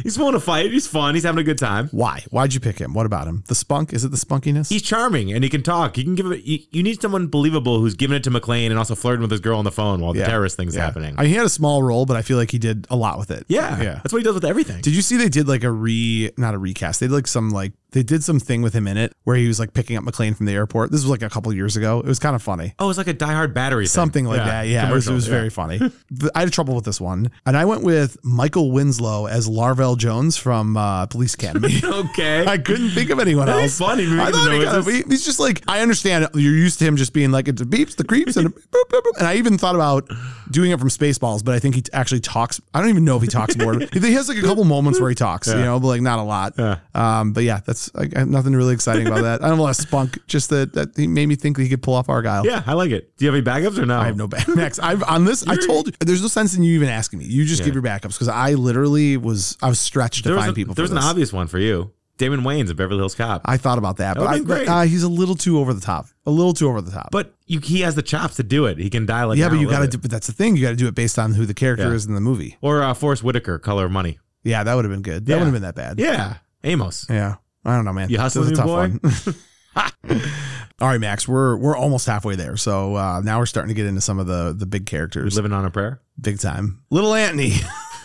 He's willing to fight. He's fun. He's having a good time. Why? Why'd you pick him? What about him? The spunk? Is it the spunkiness? He's charming and he can talk. He can give it. You, you need someone believable who's giving it to McLean and also flirting with his girl on the phone while Yeah. the terrorist thing's Yeah. happening. I mean, he had a small role, but I feel like he did a lot with it. yeah, Yeah. that's what he does with everything. Did you see they did like a re, not a recast? They did like some like, they did some thing with him in it where he was like picking up McLean from the airport. This was like a couple years ago. It was kind of funny. oh, it's like a Die Hard battery. thing. Something like that. Yeah. It was, it Commercial, was yeah. very funny. But I had trouble with this one. And I went with Michael Winslow as Larvell Jones from uh, Police Academy. okay. I couldn't think of anyone That'd be else. funny if you I made the thought he noises. got- he- he's just like I understand. You're used to him just being like it's the beeps, the creeps, and a boop, boop, boop. and I even thought about doing it from Spaceballs, but I think he t- actually talks. I don't even know if he talks more. he has like a couple moments where he talks, you know, but like not a lot. Yeah. Um, but yeah, that's I, I have nothing really exciting about that. I don't have a lot of spunk. Just that that he made me think that he could pull off Argyle. yeah, I like it. Do you have any backups or no? I have no back. Max, I've on this. I told you, there's no sense in you even asking me. You just give your backups because I literally was I was stretched to There was find a- people. for There's an this. obvious one for you. Damon Wayans of Beverly Hills Cop. I thought about that, but, That I, would've been but great. uh, he's a little too over the top. A little too over the top. But you, he has the chops to do it. He can die like yeah, but down a you got little to. bit. do But that's the thing. You got to do it based on who the character Yeah. is in the movie. or uh, Forrest Whitaker, Color of Money. Yeah, that would have been good. That Yeah. wouldn't have been that bad. Yeah, Amos. Yeah. I don't know, man. You This hustling, is a me boy? one. All right, Max, we're we're almost halfway there. So uh, now we're starting to get into some of the the big characters, Living on a prayer. big time. Little Anthony,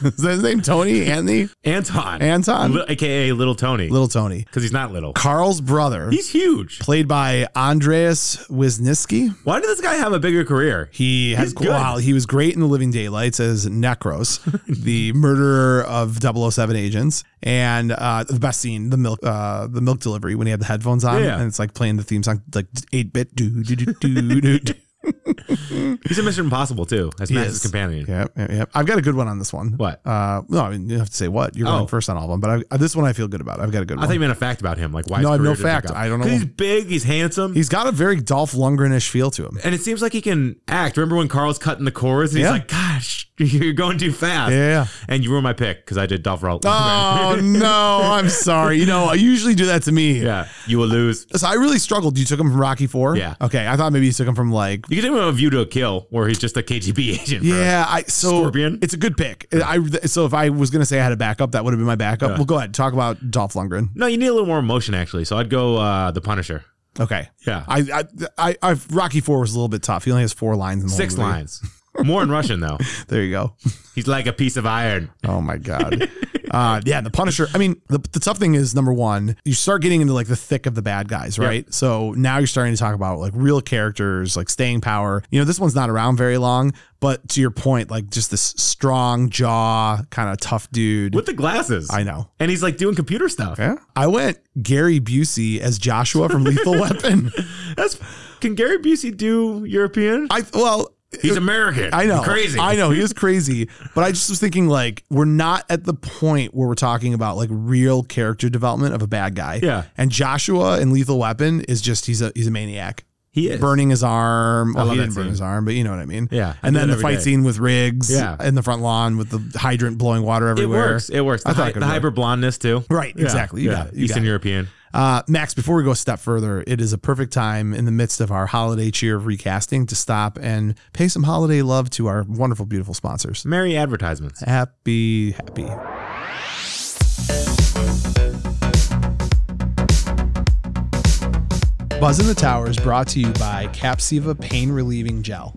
Is that his name? Tony? Anthony? Anton. Anton? Li- AKA Little Tony. Little Tony. Because he's not little. Carl's brother, He's huge. played by Andreas Wisniewski. Why did this guy have a bigger career? He has He's good. wow, he was great in The Living Daylights as Necros, the murderer of 007 agents, and uh, the best scene, the milk, uh, the milk delivery when he had the headphones on, Yeah. and it's like playing the theme song like eight bit do do do do do. do. He's in Mission Impossible too, as He Max's is. companion. Yep, yep, yep. I've got a good one on this one. What? Uh, no, I mean you have to say what. You're going Oh. first on all of them, but I, this one I feel good about. I've got a good I one. thought you meant a fact about him, like why. No, I his have no career didn't pick fact. up. I don't know. 'Cause He's big. He's handsome. He's got a very Dolph Lundgren-ish feel to him. and it seems like he can act. Remember when Carl's cutting the chords? And he's Yeah. like, "Gosh, you're going too fast." Yeah. And you were my pick because I did Dolph Lundgren. Oh no, I'm sorry. You know, I usually do that to me. yeah, you will lose. So I really struggled. You took him from Rocky Four. Yeah. Okay. I thought maybe you took him from like. You can take him a view to a kill, where he's just a KGB agent. for- Yeah. I so Scorpion? It's a good pick. I so if I was gonna say I had a backup, that would have been my backup. Yeah. Well, go ahead. Talk about Dolph Lundgren. No, you need a little more emotion actually. So I'd go uh, the Punisher. Okay. Yeah. I I, I I Rocky Four was a little bit tough. He only has four lines in the whole Six movie. lines. More in Russian though. There you go. He's like a piece of iron. Oh my god. Uh, yeah, the Punisher. I mean, the, the tough thing is number one, you start getting into like the thick of the bad guys, right? So now you're starting to talk about like real characters, like staying power. You know, this one's not around very long, but to your point, like just this strong jaw, kind of tough dude. With the glasses. I know. and he's like doing computer stuff. Yeah. I went Gary Busey as Joshua from Lethal Weapon. That's can Gary Busey do European? I well, He's American. I know. Crazy. I know. He is crazy. But I just was thinking, like, we're not at the point where we're talking about like real character development of a bad guy. Yeah. And Joshua in Lethal Weapon is just he's a he's a maniac. He is. Burning his arm. Well, love he that didn't burn scene. his arm, but you know what I mean. Yeah, I and do then that the every fight day. scene with Riggs Yeah. in the front lawn with the hydrant blowing water It everywhere. works. It works. The, I thought hy- it could the work. hyper blondness too. Right, Yeah. exactly. You Yeah. got it. You Eastern got it. European. Uh, Max, before we go a step further, it is a perfect time in the midst of our holiday cheer of recasting to stop and pay some holiday love to our wonderful, beautiful sponsors. Merry advertisements. Happy, happy. Buzz in the Tower is brought to you by Capsiva Pain Relieving Gel.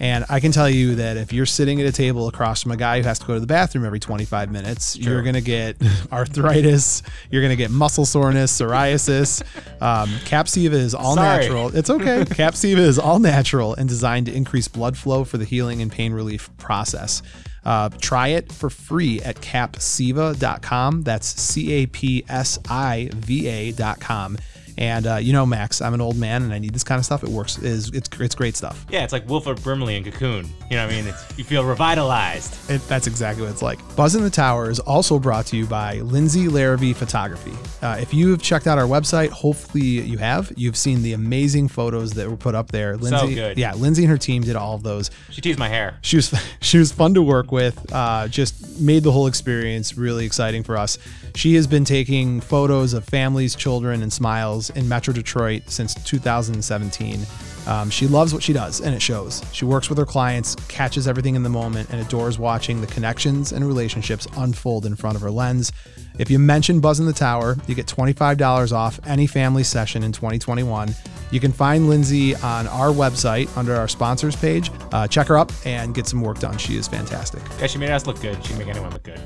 And I can tell you that if you're sitting at a table across from a guy who has to go to the bathroom every 25 minutes, you're going to get arthritis, you're going to get muscle soreness, psoriasis. Um, Capsiva is all Sorry. natural. It's okay. Capsiva is all natural and designed to increase blood flow for the healing and pain relief process. Uh, try it for free at capsiva.com. That's C A P S I V A.com. And uh, you know, Max, I'm an old man and I need this kind of stuff. It works. Is it's it's great stuff. Yeah, it's like Wilford Brimley in Cocoon. You know what I mean? It's, you feel revitalized. It, that's exactly what it's like. Buzz in the Tower is also brought to you by Lindsay Larrabee Photography. Uh, if you have checked out our website, hopefully you have. You've seen the amazing photos that were put up there. Lindsay, good. yeah, Lindsay and her team did all of those. She teased my hair. She was she was fun to work with. Uh, just made the whole experience really exciting for us. She has been taking photos of families, children, and smiles in Metro Detroit since 2017. Um, she loves what she does, and it shows. She works with her clients, catches everything in the moment, and adores watching the connections and relationships unfold in front of her lens. If you mention Buzz in the Tower, you get $25 off any family session in 2021. You can find Lindsay on our website under our sponsors page. Uh, check her up and get some work done. She is fantastic. Yeah, she made us look good. She can make anyone look good.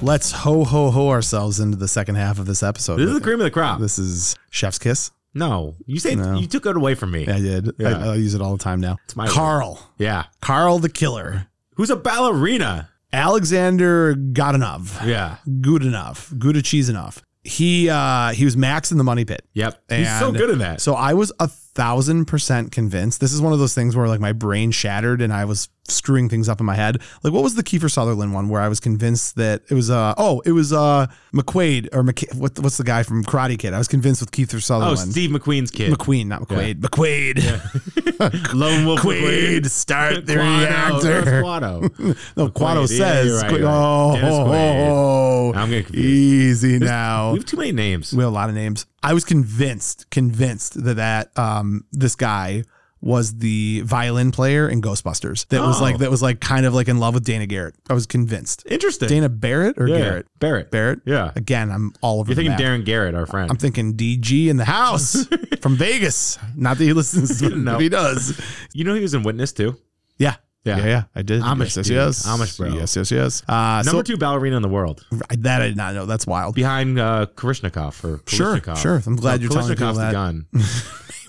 Let's ho ho ho ourselves into the second half of this episode. This is the cream of the crop. This is Chef's Kiss. no, you say you took it away from me. I did. Yeah. I, I use it all the time now. It's my Carl. Yeah. Carl the Killer. Who's a ballerina? Alexander Godunov. Yeah. Good enough. Gouda cheese enough. He uh he was Max in the Money Pit. Yep. He's so And good in that. So I was a thousand percent convinced. This is one of those things where like my brain shattered and I was screwing things up in my head. Like what was the Kiefer Sutherland one where I was convinced that it was uh oh it was uh McQuaid or McK- what what's the guy from Karate Kid? I was convinced with Kiefer oh, Sutherland. Steve McQueen's kid. McQueen, not McQuaid. McQuaid. Lone Wolf McQuaid, McQueen. start the Quado. reactor. Quado. No, Quado McQuaid. Yeah, says. you're right, Qu- you're right. Oh, Dennis oh, Quaid. oh, oh. I'm getting confused. Easy now. We have too many names. We have a lot of names. I was convinced, convinced that that um this guy was the violin player in Ghostbusters. That was Oh. like that was like kind of like in love with Dana Garrett. I was convinced. Interesting. Dana Barrett or Yeah. Garrett? Barrett. Barrett. Yeah. Again, I'm all over. You're the thinking map. Darren Garrett, our friend. I'm thinking DG in the house from Vegas. Not that he listens, but No. he does. you know he was in Witness too. Yeah. Yeah. Yeah, yeah, I did. yes, Amish yes, dude. yes, Amish bro. Yes, yes, yes. Uh, Number so, two ballerina in the world that I did not know. That's wild. behind uh, Kalishnikov or Sure, Kalishnikov. sure. I'm glad you're telling people Kalishnikov's that. the gun.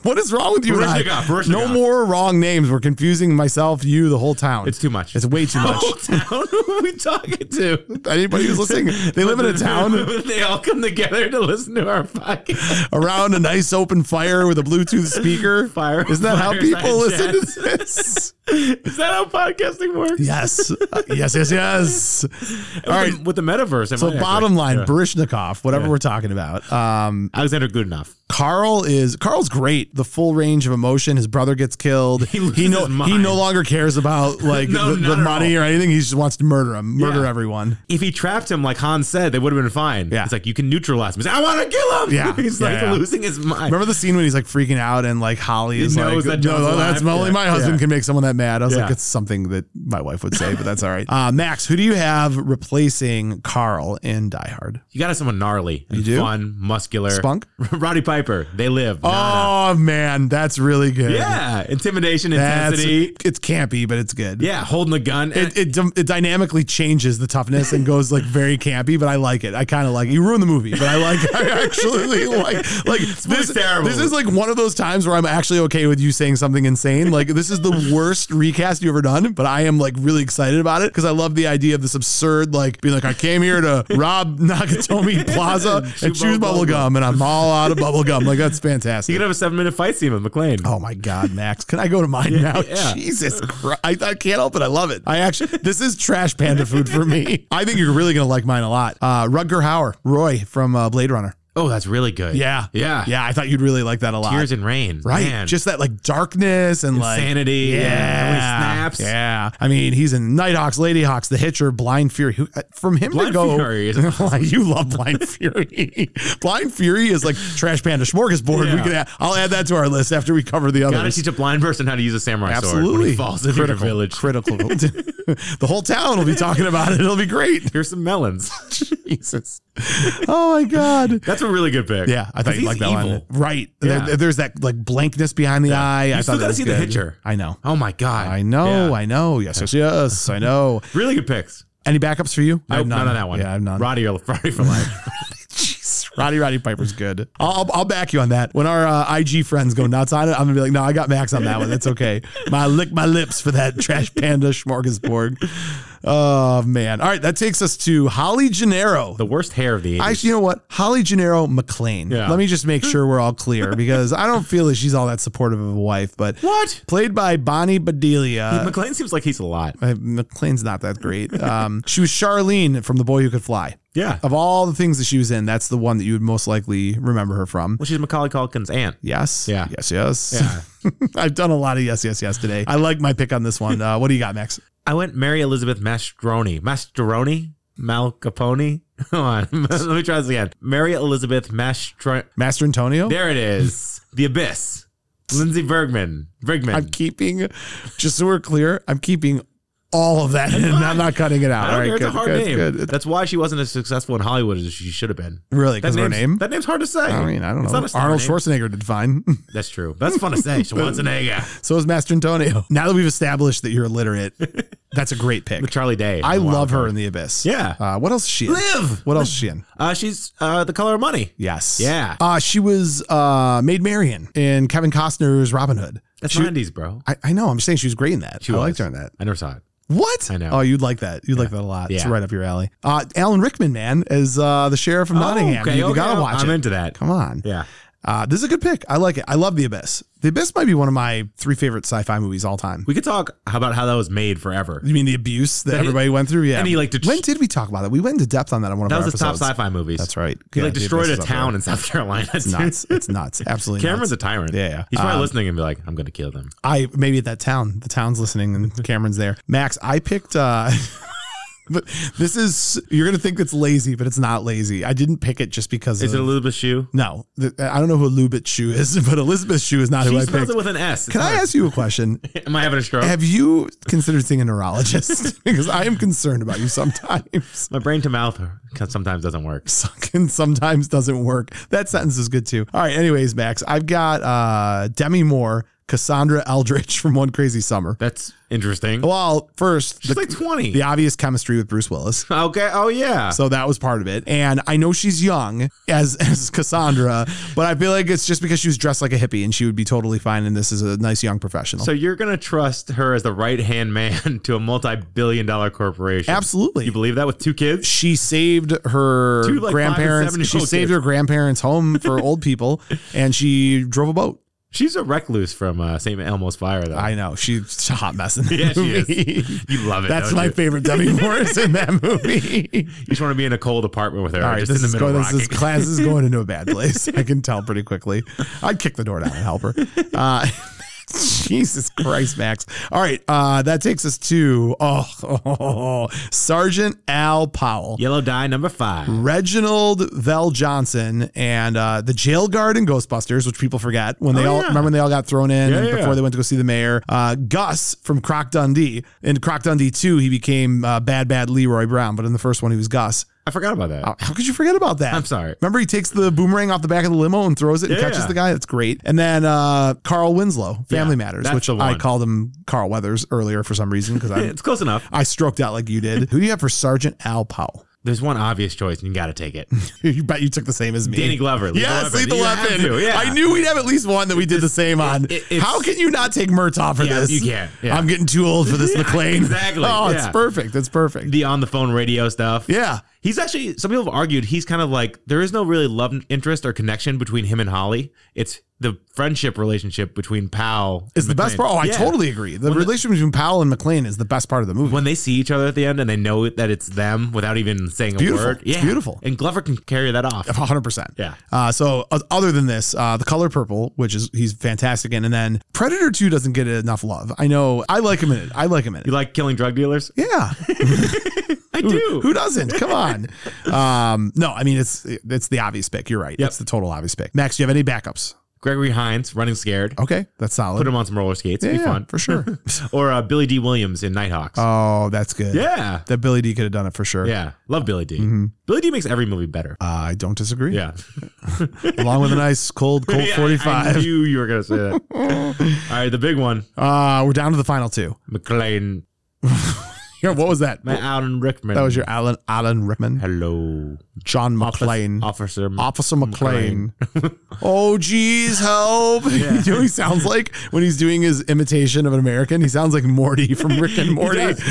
What is wrong with you? and I? Barishnikov, Barishnikov. No more wrong names. We're confusing myself, you, the whole town. It's too much. It's way too much. Whole town? Who are we talking to? Anybody who's listening, they live in a town they all come together to listen to our podcast. around a nice open fire with a Bluetooth speaker. Fire. Isn't that how fireside people listen chats. to this? Is that how podcasting works? Yes, Uh, yes, yes, yes. All right. with the metaverse. So, bottom line, Barishnikov, whatever Yeah. we're talking about. Um, Alexander Goodenough. Carl is Carl's great. The full range of emotion. His brother gets killed. He, loses no his he mind. no longer cares about like No, the, not the at money or anything. He just wants to murder him, murder Yeah. everyone. If he trapped him, like Han said, they would have been fine. Yeah. It's like, you can neutralize him. He's like, I want to kill him. Yeah. He's Yeah, like yeah. losing his mind. Remember the scene when he's like freaking out and like Holly He is like, knows that John's no, alive." that's only Yeah. my husband Yeah. can make someone that mad. I was like, Yeah. it's something that my wife would say, but that's all right. Uh, Max, who do you have replacing Carl in Die Hard? You got to have someone gnarly, and You do? fun, muscular. Spunk? Roddy Piper. They live. Nana. Oh man, that's really good. Yeah. Intimidation, that's intensity. it's campy, but it's good. Yeah. Holding a gun. It, it, dy- it dynamically changes the toughness and goes like very campy, but I like it. I kind of like it. You ruined the movie, but I like. I actually like like pretty this. terrible. This is like one of those times where I'm actually okay with you saying something insane. Like this is the worst recast you ever done, but I am like really excited about it because I love the idea of this absurd like being like I came here to rob Nakatomi Plaza and Chew choose bubble bubble gum, and I'm all out of bubble gum. Like that's fantastic. you could have a seven minute fight scene with McLean. Oh my God, Max! Can I go to mine now? yeah. Jesus Christ! I, I can't help it. I love it. I actually, this is trash panda food for me. I think you're really gonna like mine a lot. Uh, Rutger Hauer, Roy from uh, Blade Runner. Oh, that's really good. Yeah, Yeah. yeah. I thought you'd really like that a lot. Tears and rain. right? Man. Just that like darkness and Insanity. like and Yeah, when he snaps. Yeah, I mean he's in Nighthawks, Ladyhawks, The Hitcher, Blind Fury. Who, uh, from him to Blind go, Fury is you love Blind Fury. Blind Fury is like Trash Panda Smorgasbord. We Yeah. could add, I'll add that to our list after we cover the others. Gotta teach a blind person how to use a samurai sword when Absolutely. he falls into your village. Critical. the whole town will be talking about it. It'll be great. Here's some melons. Jesus. Oh my God. That's a really good pick. Yeah, I thought you'd he's like that one. evil. Right. Yeah. There- there's that like blankness behind the eye. I You still thought that gotta was see The good. Hitcher. I know. Oh my god. I know. Yeah. I know. Yes, yes, yes. I know. really good picks. Any backups for you? I Nope, have none on that one. Yeah, I have none. Roddy or Roddy for life. Jeez, Roddy Roddy Piper's good. I'll, I'll, I'll back you on that. When our uh, IG friends go nuts on it, I'm gonna be like, no, I got Max on that one. That's okay. My lick my lips for that trash panda smorgasbord. Oh man! All right, that takes us to Holly Gennaro. the worst hair of the 80s. Actually, you know what? Holly Gennaro McLean. Yeah. Let me just make sure we're all clear because I don't feel that she's all that supportive of a wife. But what? played by Bonnie Bedelia. McLean seems like he's a lot. Uh, McLean's not that great. Um, she was Charlene from The Boy Who Could Fly. Yeah. Of all the things that she was in, that's the one that you would most likely remember her from. Well, she's Macaulay Culkin's aunt. Yes. Yeah. Yes. Yes. I've done a lot of yes, yes, yes today. I like my pick on this one. Uh, what do you got, Max? I went Mary Elizabeth Mastroni. Mastroni? Mal Capone? Come on. Let me try this again. Mary Elizabeth Mastroni. Master Antonio. There it is. the Abyss. Lindsay Bergman. Bergman. I'm keeping. Just so we're clear, I'm keeping all of that, and I'm not cutting it I out. All don't right. care. It's Good. a hard good, name. good. That's why she wasn't as successful in Hollywood as she should have been. Really? Because That of her name's, name. that name's hard to say. I mean, I don't It's know. not a star Arnold name. Schwarzenegger did fine. That's true. That's fun to say. Schwarzenegger. so is Master Antonio. Now that we've established that you're illiterate, that's a great pick. With Charlie Day. I Wow. love her in The Abyss. Yeah. Uh, what else is she in? Live. What else is she in? Uh, she's uh, the color of money. Yes. Yeah. Uh, she was uh, Maid Marian in Kevin Costner's Robin Hood. That's She- 90s, bro. I, I know. I'm just saying she was great in that. She I was. liked her in that. I never saw it. What? I know. Oh, you'd like that. You'd like that a lot. It's Yeah. right up your alley. Uh, Alan Rickman, man, is uh, the sheriff Oh, from Nottingham. you gotta watch I'm it. into that. Come on. Yeah. Uh, this is a good pick. I like it. I love The Abyss. The Abyss might be one of my three favorite sci-fi movies all time. We could talk about how that was made forever. You mean the abuse that, That he- everybody went through? Yeah. and he, like, det- when did we talk about that? We went into depth on that on one of That our was his top episodes. sci-fi movies. That's right. He Yeah, like The destroyed a Abyss is up town there. in South Carolina. It's nuts. It's nuts. Absolutely. Cameron's nuts. a tyrant. Yeah, yeah. He's probably Um, listening and be like, I'm going to kill them. I maybe at that town. The town's listening and Cameron's there. Max, I picked uh but this is you're gonna think it's lazy, but it's not lazy. I didn't pick it just because Is it of, Elizabeth Shue? No. Th- I don't know who Lubit Shoe is, but Elizabeth Shoe is not She who I spells picked. it with an S. It's Can I hard. ask you a question? Am I having a stroke? Have you considered seeing a neurologist? because I am concerned about you sometimes. My brain to mouth sometimes doesn't work. Sucking sometimes doesn't work. That sentence is good too. All right. Anyways, Max, I've got uh, Demi Moore, Cassandra Eldridge from One Crazy Summer. That's interesting. Well, first, She's Oh, the, like 20. the obvious chemistry with Bruce Willis. Okay. Oh, yeah. So that was part of it. And I know she's young as as Cassandra, but I feel like it's just because she was dressed like a hippie and she would be totally fine and this is a nice young professional. So you're going to trust her as the right hand man to a multi billion dollar corporation. Absolutely. You believe that with two kids? she saved her Two, like, grandparents. five and She seven-year-old saved kids. her grandparents' home for old people and she drove a boat. She's a recluse from uh, St. Elmo's Fire, though. I know. She's a hot mess in that Yeah, she movie. is. you love it. That's don't my you? favorite Debbie Morris in that movie. You just want to be in a cold apartment with her. All right, just this in is the middle going. This rocking. is class is going into a bad place. I can tell pretty quickly. I'd kick the door down and help her. Uh, Jesus Christ, Max. All right, uh, that takes us to oh, Sergeant Al Powell. Yellow dye number five. Mm. Reginald Vell Johnson and uh, the jail guard in Ghostbusters, which people forget when they Oh, all yeah. remember when they all got thrown in Yeah, yeah, before yeah. they went to go see the mayor. Uh, Gus from Croc Dundee in Croc Dundee two, he became uh, bad bad Leroy Brown, but in the first one he was Gus. I forgot about that. How- Oh, How could you forget about that? I'm sorry. Remember, he takes the boomerang off the back of the limo and throws it and Yeah. catches the guy. That's great. And then uh, Carl Winslow, Family Yeah, Matters, that's which the I one. called him Carl Weathers earlier for some reason because I It's close enough. I stroked out like you did. Who do you have for Sergeant Al Powell? There's one obvious choice, and you got to take it. you bet you took the same as me. Danny Glover. Lethal Yes, Weapon. Lethal You have Weapon. to, yeah. I knew we'd have at least one that we did the same on. it- it's- How can you not take Murtaugh for Yeah, this? you can't. Yeah. I'm getting too old for this, McLean. exactly, Oh, it's yeah. perfect. It's perfect. The on the phone radio stuff. yeah. He's actually, some people have argued he's kind of like, there is no really love interest or connection between him and Holly. It's the friendship relationship between Powell. It's the and best McClane. part. Oh, I Yeah. totally agree. The relationship between Powell and McLean is the best part of the movie. When they see each other at the end and they know that it's them without even saying a beautiful. word. It's beautiful. And Glover can carry that off. 100%. Yeah. Uh, so o- other than this, uh, the color purple, which is he's fantastic in, and then Predator Two doesn't get enough love. I know I like him in it. I like him in You it. like killing drug dealers? Yeah, I do. who doesn't? Come on. Um, no, I mean it's it's the obvious pick. You're right. Yep. It's the total obvious pick. Max, do you have any backups? Gregory Hines, running scared. Okay, that's solid. Put him on some roller skates. Oh. yeah, It'd be yeah, fun. for sure. Or uh, Billy D. Williams in Nighthawks. oh, that's good. yeah. that Billy D could have done it for sure. Uh, Yeah. Love Billy D. Billy D makes every movie better. Mm-hmm. I don't disagree. yeah. Along with a nice cold, cold Yeah, I- I 45. knew you were going to say that. All right. The big one Uh, we're down to the final two. McLean, Yeah, what was that? my Alan Rickman. That was your Alan Alan Rickman, Hello. John Officer- McClane, Officer. M- Officer McClane. oh, geez, help! you know what he sounds like when he's doing his imitation of an American. He sounds like Morty from Rick and He Morty. does.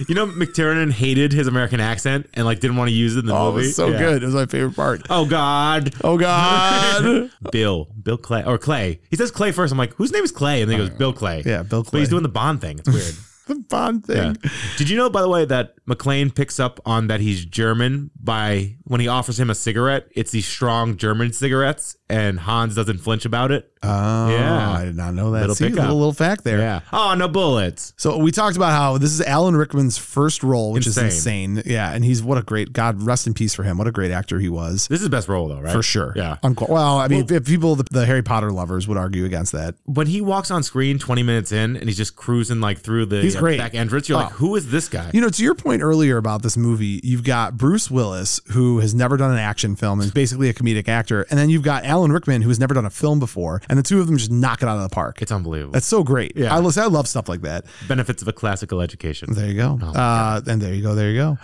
you know, McTiernan hated his American accent and like didn't want to use it in the Oh, it movie. was so Yeah. good. It was my favorite part. Oh God. Oh God! Bill, Bill Clay, or Clay. He says Clay first. I'm like, whose name is Clay? And then he goes, Bill Clay. Uh, Yeah, Bill But Clay. he's doing the Bond thing. It's weird. the Bond yeah. thing. Did you know, by the way, that McLean picks up on that he's German by when he offers him a cigarette? It's these strong German cigarettes, and Hans doesn't flinch about it. Oh, Yeah. I did not know that. Little See, pickup. little, little fact there. yeah. Oh, no bullets. So we talked about how this is Alan Rickman's first role, which is Insane. insane. Yeah, and he's what a great God rest in peace for him. What a great actor he was. This is best role though, right? for sure. Yeah. Unqu- well, I mean, if, if people, the, the Harry Potter lovers, would argue against that. When he walks on screen 20 minutes in, and he's just cruising like through the He's uh, great. back entrance, you're Oh. like, who is this guy? You know, to your point earlier about this movie, you've got Bruce Willis, who has never done an action film and is basically a comedic actor. And then you've got Alan Rickman, who has never done a film before. And the two of them just knock it out of the park. It's unbelievable. That's so great. Yeah. I, listen, I love stuff like that. Benefits of a classical education. There you go. uh, and there you go. There you go.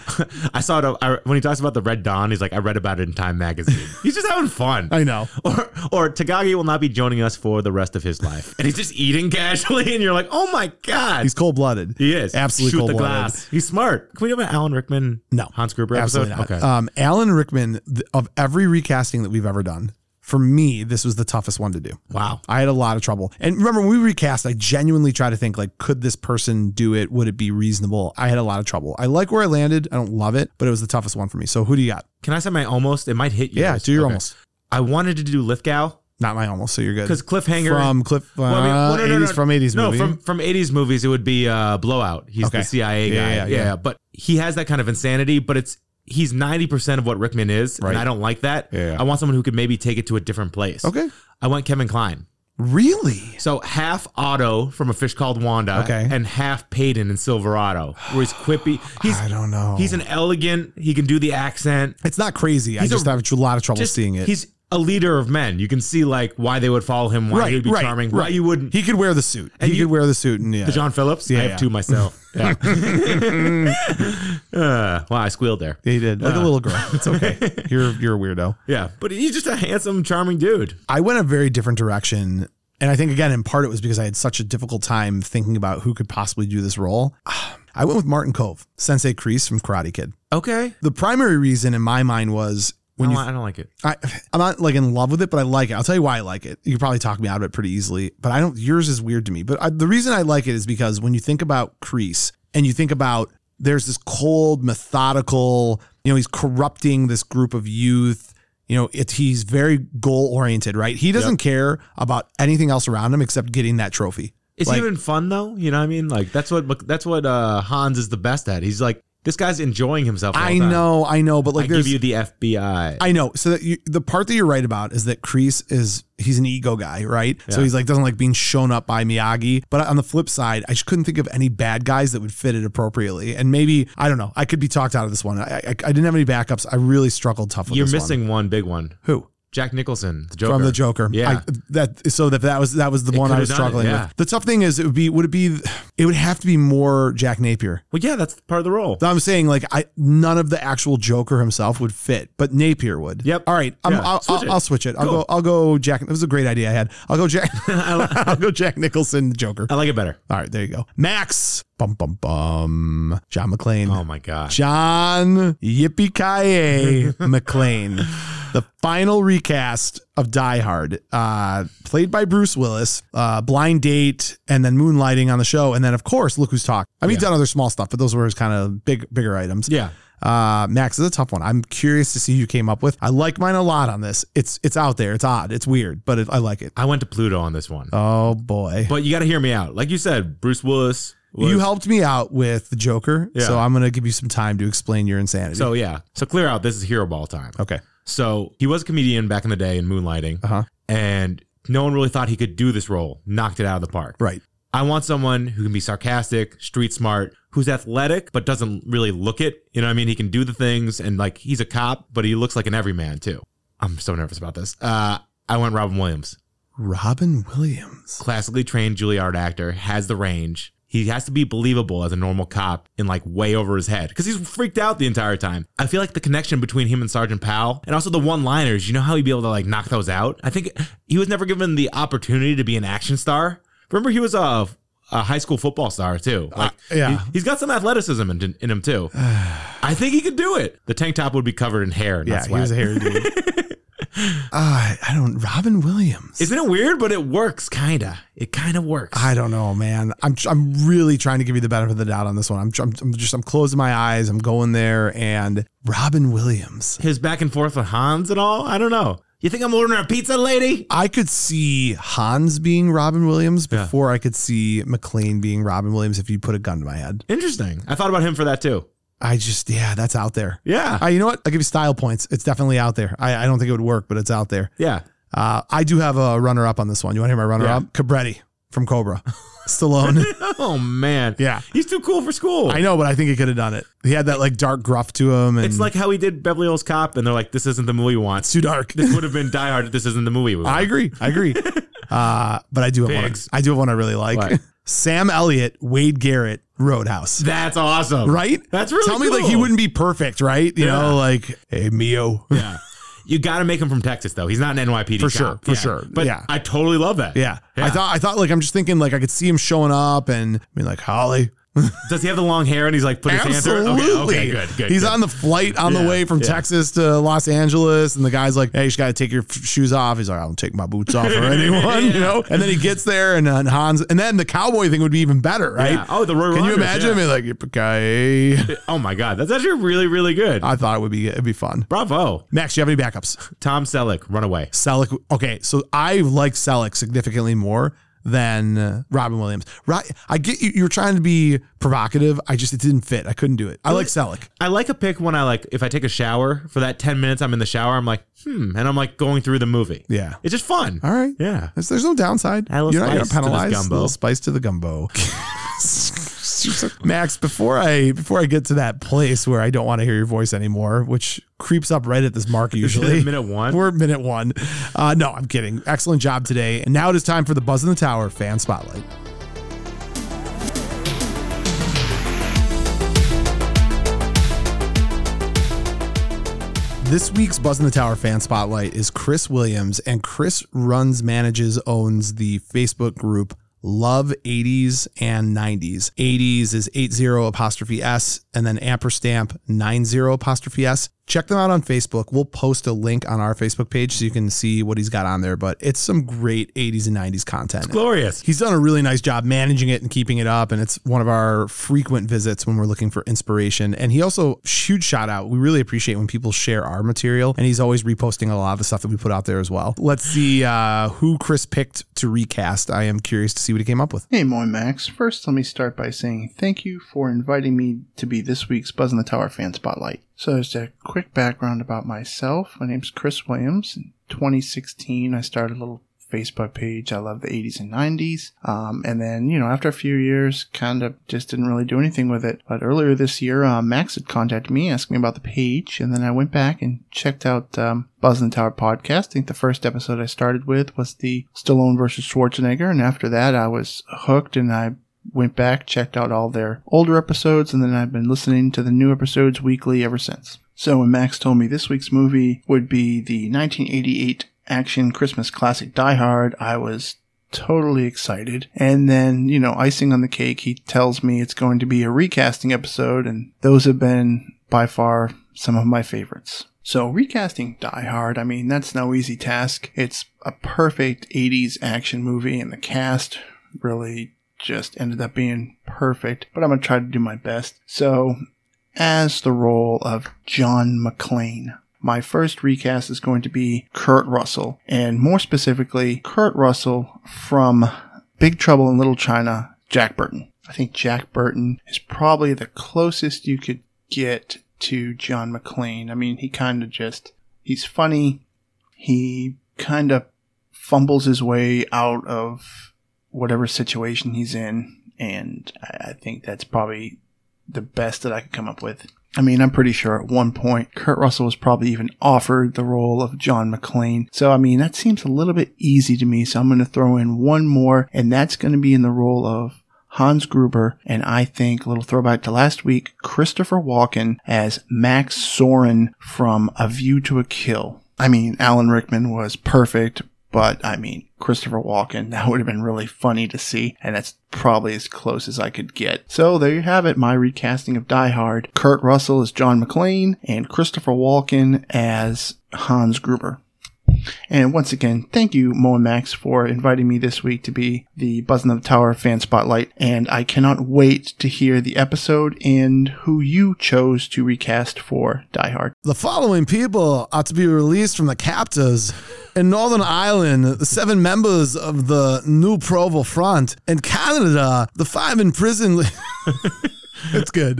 I saw it uh, I, when he talks about the Red Dawn. He's like, I read about it in Time magazine. He's just having fun. I know. Or, or Tagagi will not be joining us for the rest of his life, and he's just eating casually. And you're like, oh my god, He's cold blooded. he is Absolutely Shoot cold the blooded. glass. He's smart. Can we have an Alan Rickman, No. Hans Gruber Absolutely episode? not. Um, Alan Rickman, th- of every recasting that we've ever done, for me, this was the toughest one to do. wow. I had a lot of trouble. And remember, when we recast, I genuinely try to think like, could this person do it? Would it be reasonable? I had a lot of trouble. I like where I landed. I don't love it, but it was the toughest one for me. So who do you got? Can I say my almost? It might hit you. Yeah, do your almost. I wanted to do Lithgow Not my almost. So you're good. because Cliffhanger from Cliff uh, Well, I mean- well, no, no, no, 80s from 80s no, movie. from from 80s movies, it would be uh, Blowout. He's Okay. the CIA guy. Yeah, Yeah, yeah, yeah. But he has that kind of insanity, but it's he's 90% of what Rickman is, Right. and I don't like that. Yeah, yeah. I want someone who could maybe take it to a different place. okay. I want Kevin Klein. Really? So half Otto from A Fish Called Wanda Okay. and half Peyton in Silverado, where he's quippy. He's I don't know. he's an elegant, he can do the accent. it's not crazy. I He's a- just have a lot of trouble Just, seeing it. He's a leader of men. You can see like why they would follow him, why he would be charming, why you wouldn't. He could wear the suit. And he you- could wear the suit, and yeah, the John Phillips. Yeah, I have yeah. two myself. Yeah. uh, wow, I squealed there. he did Uh. like a little girl. It's okay. you're you're a weirdo. Yeah, but he's just a handsome, charming dude. I went a very different direction. And I think, again, in part, it was because I had such a difficult time thinking about who could possibly do this role. I went with Martin Cove, Sensei Kreese from Karate Kid. Okay. The primary reason in my mind was when I, you. don't, I don't like it. I, I'm not like in love with it, but I like it. I'll tell you why I like it. You could probably talk me out of it pretty easily, but I don't. Yours is weird to me. But I, the reason I like it is because when you think about Crease and you think about there's this cold, methodical. You know, he's corrupting this group of youth. You know, it's he's very goal oriented, right? He doesn't care about anything else around him except getting that trophy. Is Like- he even fun though? You know what I mean? Like that's what that's what uh, Hans is the best at. He's like this guy's enjoying himself. all the I time. know, I know, but like I there's give you the FBI. I know. So that you, the part that you're right about is that Kreese is he's an ego guy, right? So Yeah. he's like doesn't like being shown up by Miyagi. But on the flip side, I just couldn't think of any bad guys that would fit it appropriately. And maybe I don't know. I could be talked out of this one. I I, I didn't have any backups. I really struggled tough with You're this one. missing one. big one. who Jack Nicholson, the Joker. from the Joker. Yeah. I, that so that that was that was the one I could've was done it, struggling yeah. with. The tough thing is it would be would it be it would have to be more Jack Napier. well, yeah, that's part of the role. I'm saying like I none of the actual Joker himself would fit, but Napier would. Yep. All right. I'm, Yeah. I'll, Switch I'll, it. I'll switch it. I'll Cool. go. I'll go. Jack. That was a great idea I had. I'll go Jack. I'll go Jack Nicholson Joker. I like it better. All right. There you go. Max. Bum bum bum. John McClane. Oh my gosh. John Yippee Kaye McClane. The final recast of Die Hard, uh, played by Bruce Willis, uh, Blind Date, and then Moonlighting on the show, and then of course Look Who's Talking. I mean, he's done other small stuff, but those were his kind of big, bigger items. Yeah. Uh, Max is a tough one. I'm curious to see who you came up with. I like mine a lot on this. It's it's out there. It's odd. It's weird, but it, I like it. I went to Pluto on this one. Oh boy. But you got to hear me out. Like you said, Bruce Willis. was- you helped me out with the Joker, Yeah. so I'm gonna give you some time to explain your insanity. So yeah. So clear out. This is hero ball time. okay, So he was a comedian back in the day in Moonlighting, Uh-huh. and no one really thought he could do this role. Knocked it out of the park. right. I want someone who can be sarcastic, street smart, who's athletic but doesn't really look it. You know, what I mean, he can do the things, and like he's a cop, but he looks like an everyman too. I'm so nervous about this. Uh, I went Robin Williams, Robin Williams. classically trained Juilliard actor, has the range. He has to be believable as a normal cop and like way over his head because he's freaked out the entire time. I feel like the connection between him and Sergeant Powell and also the one liners, you know how he'd be able to like knock those out? I think he was never given the opportunity to be an action star. Remember, he was a, a high school football star too. Like, Uh, yeah. He, has got some athleticism in, in him too. I think he could do it. The tank top would be covered in hair. Not Yeah, he sweat. was a hairy dude. uh, I don't. Robin Williams. Isn't it weird? But it works, kinda. It kind of works. I don't know, man. I'm tr- I'm really trying to give you the benefit of the doubt on this one. I'm, tr- I'm I'm just I'm closing my eyes. I'm going there and Robin Williams. his back and forth with Hans and all. I don't know. You think I'm ordering a pizza, lady? I could see Hans being Robin Williams Yeah. before I could see McLean being Robin Williams if you put a gun to my head. Interesting. I thought about him for that too. I just yeah, that's out there. Yeah. Uh, you know what? I'll give you style points. It's definitely out there. I, I don't think it would work, but it's out there. yeah. Uh, I do have a runner up on this one. You want to hear my runner up? Cabretti from Cobra. Stallone. Oh man. Yeah. He's too cool for school. I know, but I think he could have done it. He had that like dark gruff to him. And It's like how he did Beverly Hills Cop, and they're like, "This isn't the movie we want." it's too dark. This would have been Die Hard if this isn't the movie we want. I agree. I agree. uh, but I do have Pigs. one. I do have one I really like. What? Sam Elliott, Wade Garrett, Roadhouse. That's awesome, right? That's really Tell me like he cool. wouldn't be perfect, right? You Yeah. know, like hey Mio. Yeah. You got to make him from Texas though. He's not an NYPD For cop. sure, for Yeah. sure. But Yeah. I totally love that. Yeah. I Yeah. thought I thought like I'm just thinking like I could see him showing up and I mean like Holly. Does he have the long hair and he's like put his hand through? it? Absolutely. Okay, okay, good, good. He's good. on the flight on the Yeah, way from yeah. Texas to Los Angeles, and the guy's like, "Hey, you just got to take your f- shoes off." He's like, "I don't take my boots off for anyone," you know. And then he gets there, and, uh, and Hans, and then the cowboy thing would be even better, right? Yeah. Oh, the Roy Can you Rogers, imagine yeah. me like, "Yippee-ki-yay." Oh my god, that's actually really, really good. I thought it would be it'd be fun. Bravo, Max, do you have any backups? Tom Selleck, Runaway. Selleck. Okay, so I like Selleck significantly more than uh, Robin Williams. Right? I get you. You're trying to be provocative. I just it didn't fit. I couldn't do it. I like Selleck. I like a pick when I like if I take a shower for that ten minutes I'm in the shower I'm like hmm and I'm like going through the movie. Yeah. it's just fun. All right. Yeah. There's, there's no downside. Add a little You're not going spice to this penalize. gumbo. little spice to the gumbo. Max, before I before I get to that place where I don't want to hear your voice anymore, which creeps up right at this mark usually. minute one? We're at minute one. Uh, no, I'm kidding. Excellent job today. And now it is time for the Buzz in the Tower fan spotlight. This week's Buzz in the Tower fan spotlight is Chris Williams, and Chris runs, manages, owns the Facebook group Love 80s and 90s. 80s is 80 apostrophe S and then amperstamp 90 apostrophe S. Check them out on Facebook. We'll post a link on our Facebook page so you can see what he's got on there, but it's some great 80s and 90s content. Glorious. He's done a really nice job managing it and keeping it up. And it's one of our frequent visits when we're looking for inspiration. And he also, huge shout out. We really appreciate when people share our material. And he's always reposting a lot of the stuff that we put out there as well. Let's see uh, who Chris picked to recast. I am curious to see what he came up with. Hey, Moy Max. First, let me start by saying thank you for inviting me to be this week's Buzz in the Tower fan spotlight. So, just a quick background about myself. My name's Chris Williams. In 2016, I started a little Facebook page. I love the 80s and 90s. Um, and then, you know, after a few years, kind of just didn't really do anything with it. But earlier this year, uh, Max had contacted me, asked me about the page, and then I went back and checked out um, Buzz in the Tower podcast. I think the first episode I started with was the Stallone versus Schwarzenegger, and after that, I was hooked, and I went back, checked out all their older episodes, and then I've been listening to the new episodes weekly ever since. So when Max told me this week's movie would be the 1988 action Christmas classic Die Hard, I was totally excited. And then, you know, icing on the cake, he tells me it's going to be a recasting episode, and those have been by far some of my favorites. So recasting Die Hard, I mean, that's no easy task. It's a perfect 80s action movie, and the cast really just ended up being perfect, but I'm going to try to do my best. So, as the role of John McClane, my first recast is going to be Kurt Russell, and more specifically, Kurt Russell from Big Trouble in Little China, Jack Burton. I think Jack Burton is probably the closest you could get to John McClane. I mean, he kind of just, he's funny. He kind of fumbles his way out of whatever situation he's in, and I I think that's probably the best that I could come up with. I mean, I'm pretty sure at one point Kurt Russell was probably even offered the role of John McClane. So, I mean, that seems a little bit easy to me. So, I'm going to throw in one more, and that's going to be in the role of Hans Gruber. And I think, little throwback to last week, Christopher Walken as Max Soren from A View to a Kill. I mean, Alan Rickman was perfect, but I mean, Christopher Walken, that would have been really funny to see, and that's probably as close as I could get. So there you have it, my recasting of Die Hard. Kurt Russell as John McClane, and Christopher Walken as Hans Gruber. And once again, thank you, Mo and Max, for inviting me this week to be the Buzzin' of the Tower fan spotlight. And I cannot wait to hear the episode and who you chose to recast for Die Hard. The following people are to be released from the captors. In Northern Ireland, the seven members of the new Provo Front. In Canada, the five in prison. It's good.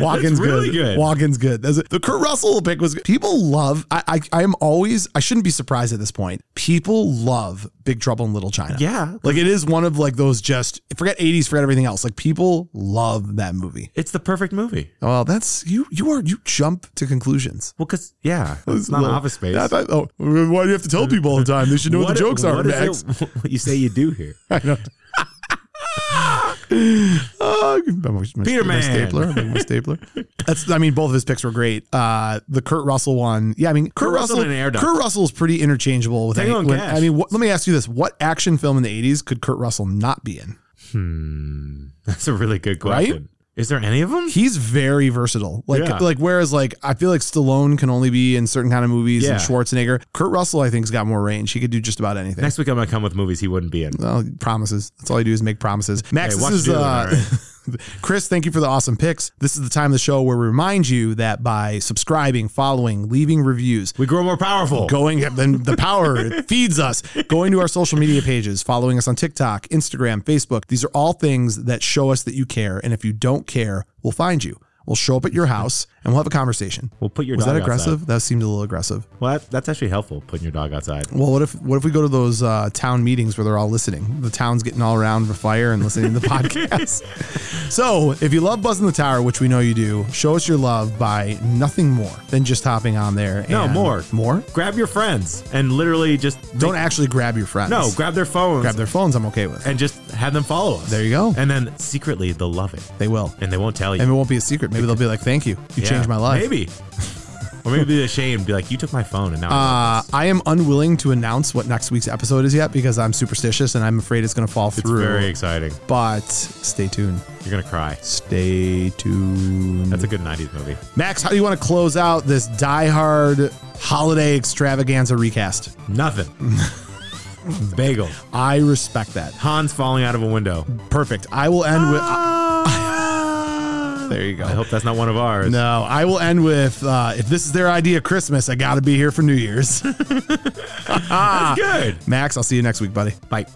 Walken's That's really good. good. Walken's good. That's it. The Kurt Russell pick was good. People love, I, I, I am always, I shouldn't be surprised at this point. People love Big Trouble in Little China. Yeah. Like it is one of like those just, forget 80s, forget everything else. Like people love that movie. It's the perfect movie. Well, that's, you, you are, you jump to conclusions. Well, because, yeah, it's not Well, office space. I thought- oh, why do you have to tell people all the time? They should know what, the jokes are, what is Max. it- what you say you do here. Oh, my- my- Peter my Man. stapler, my- my stapler. That's. I mean, both of his picks were great. Uh, the Kurt Russell one. Yeah, I mean, Kurt, Kurt Russell Russell. and Air Duct. Kurt Russell is pretty interchangeable with. Tango any- and with- Cash. I mean, what, let me ask you this: What action film in the '80s could Kurt Russell not be in? Hmm. That's a really good Right? question. Is there any of them? He's very versatile. Like, Yeah. like whereas like I feel like Stallone can only be in certain kind of movies, Yeah. and Schwarzenegger. Kurt Russell, I think, has got more range. He could do just about anything. Next week, I'm going to come with movies he wouldn't be in. Well, promises. That's all you do is make promises. Max, Hey, this watch is Doolin, uh, Chris. Thank you for the awesome picks. This is the time of the show where we remind you that by subscribing, following, leaving reviews, We grow more powerful. going then the power it feeds us going to our social media pages following us on tiktok instagram facebook these are all things that show us that you care and if you don't care we'll find you we'll show up at your house and we'll have a conversation. We'll put your Was dog that aggressive? outside. That seemed a little aggressive. Well, that- that's actually helpful. Putting your dog outside. Well, what if what if we go to those uh, town meetings where they're all listening? The town's getting all around the fire and listening to the podcast. So, if you love Buzz in the Tower, which we know you do, show us your love by nothing more than just hopping on there. No, and- more. more. Grab your friends and literally just Don't actually grab your friends. no grab their phones grab their phones. I'm okay with. and just have them follow us. There you go. And then secretly they'll love it they will, and they won't tell you. and it won't be a secret. Maybe they'll be like, "Thank you, you Yeah. changed my life." Maybe. or maybe be ashamed, be like, you took my phone and now. I Uh, I am unwilling to announce what next week's episode is yet because I'm superstitious and I'm afraid it's going to fall it's through. very exciting. but stay tuned. You're gonna cry. Stay tuned. That's a good '90s movie. Max, how do you want to close out this diehard holiday extravaganza recast? Nothing. Bagel. I respect that. Hans falling out of a window. Perfect. I will end with. Ah. there you go. Ah. I hope that's not one of ours. No, I will end with uh, if this is their idea Christmas, I got to be here for New Year's. Good. Max, I'll see you next week, buddy. Bye.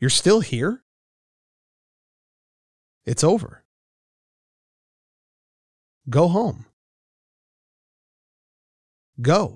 You're still here? It's over. Go home. Go.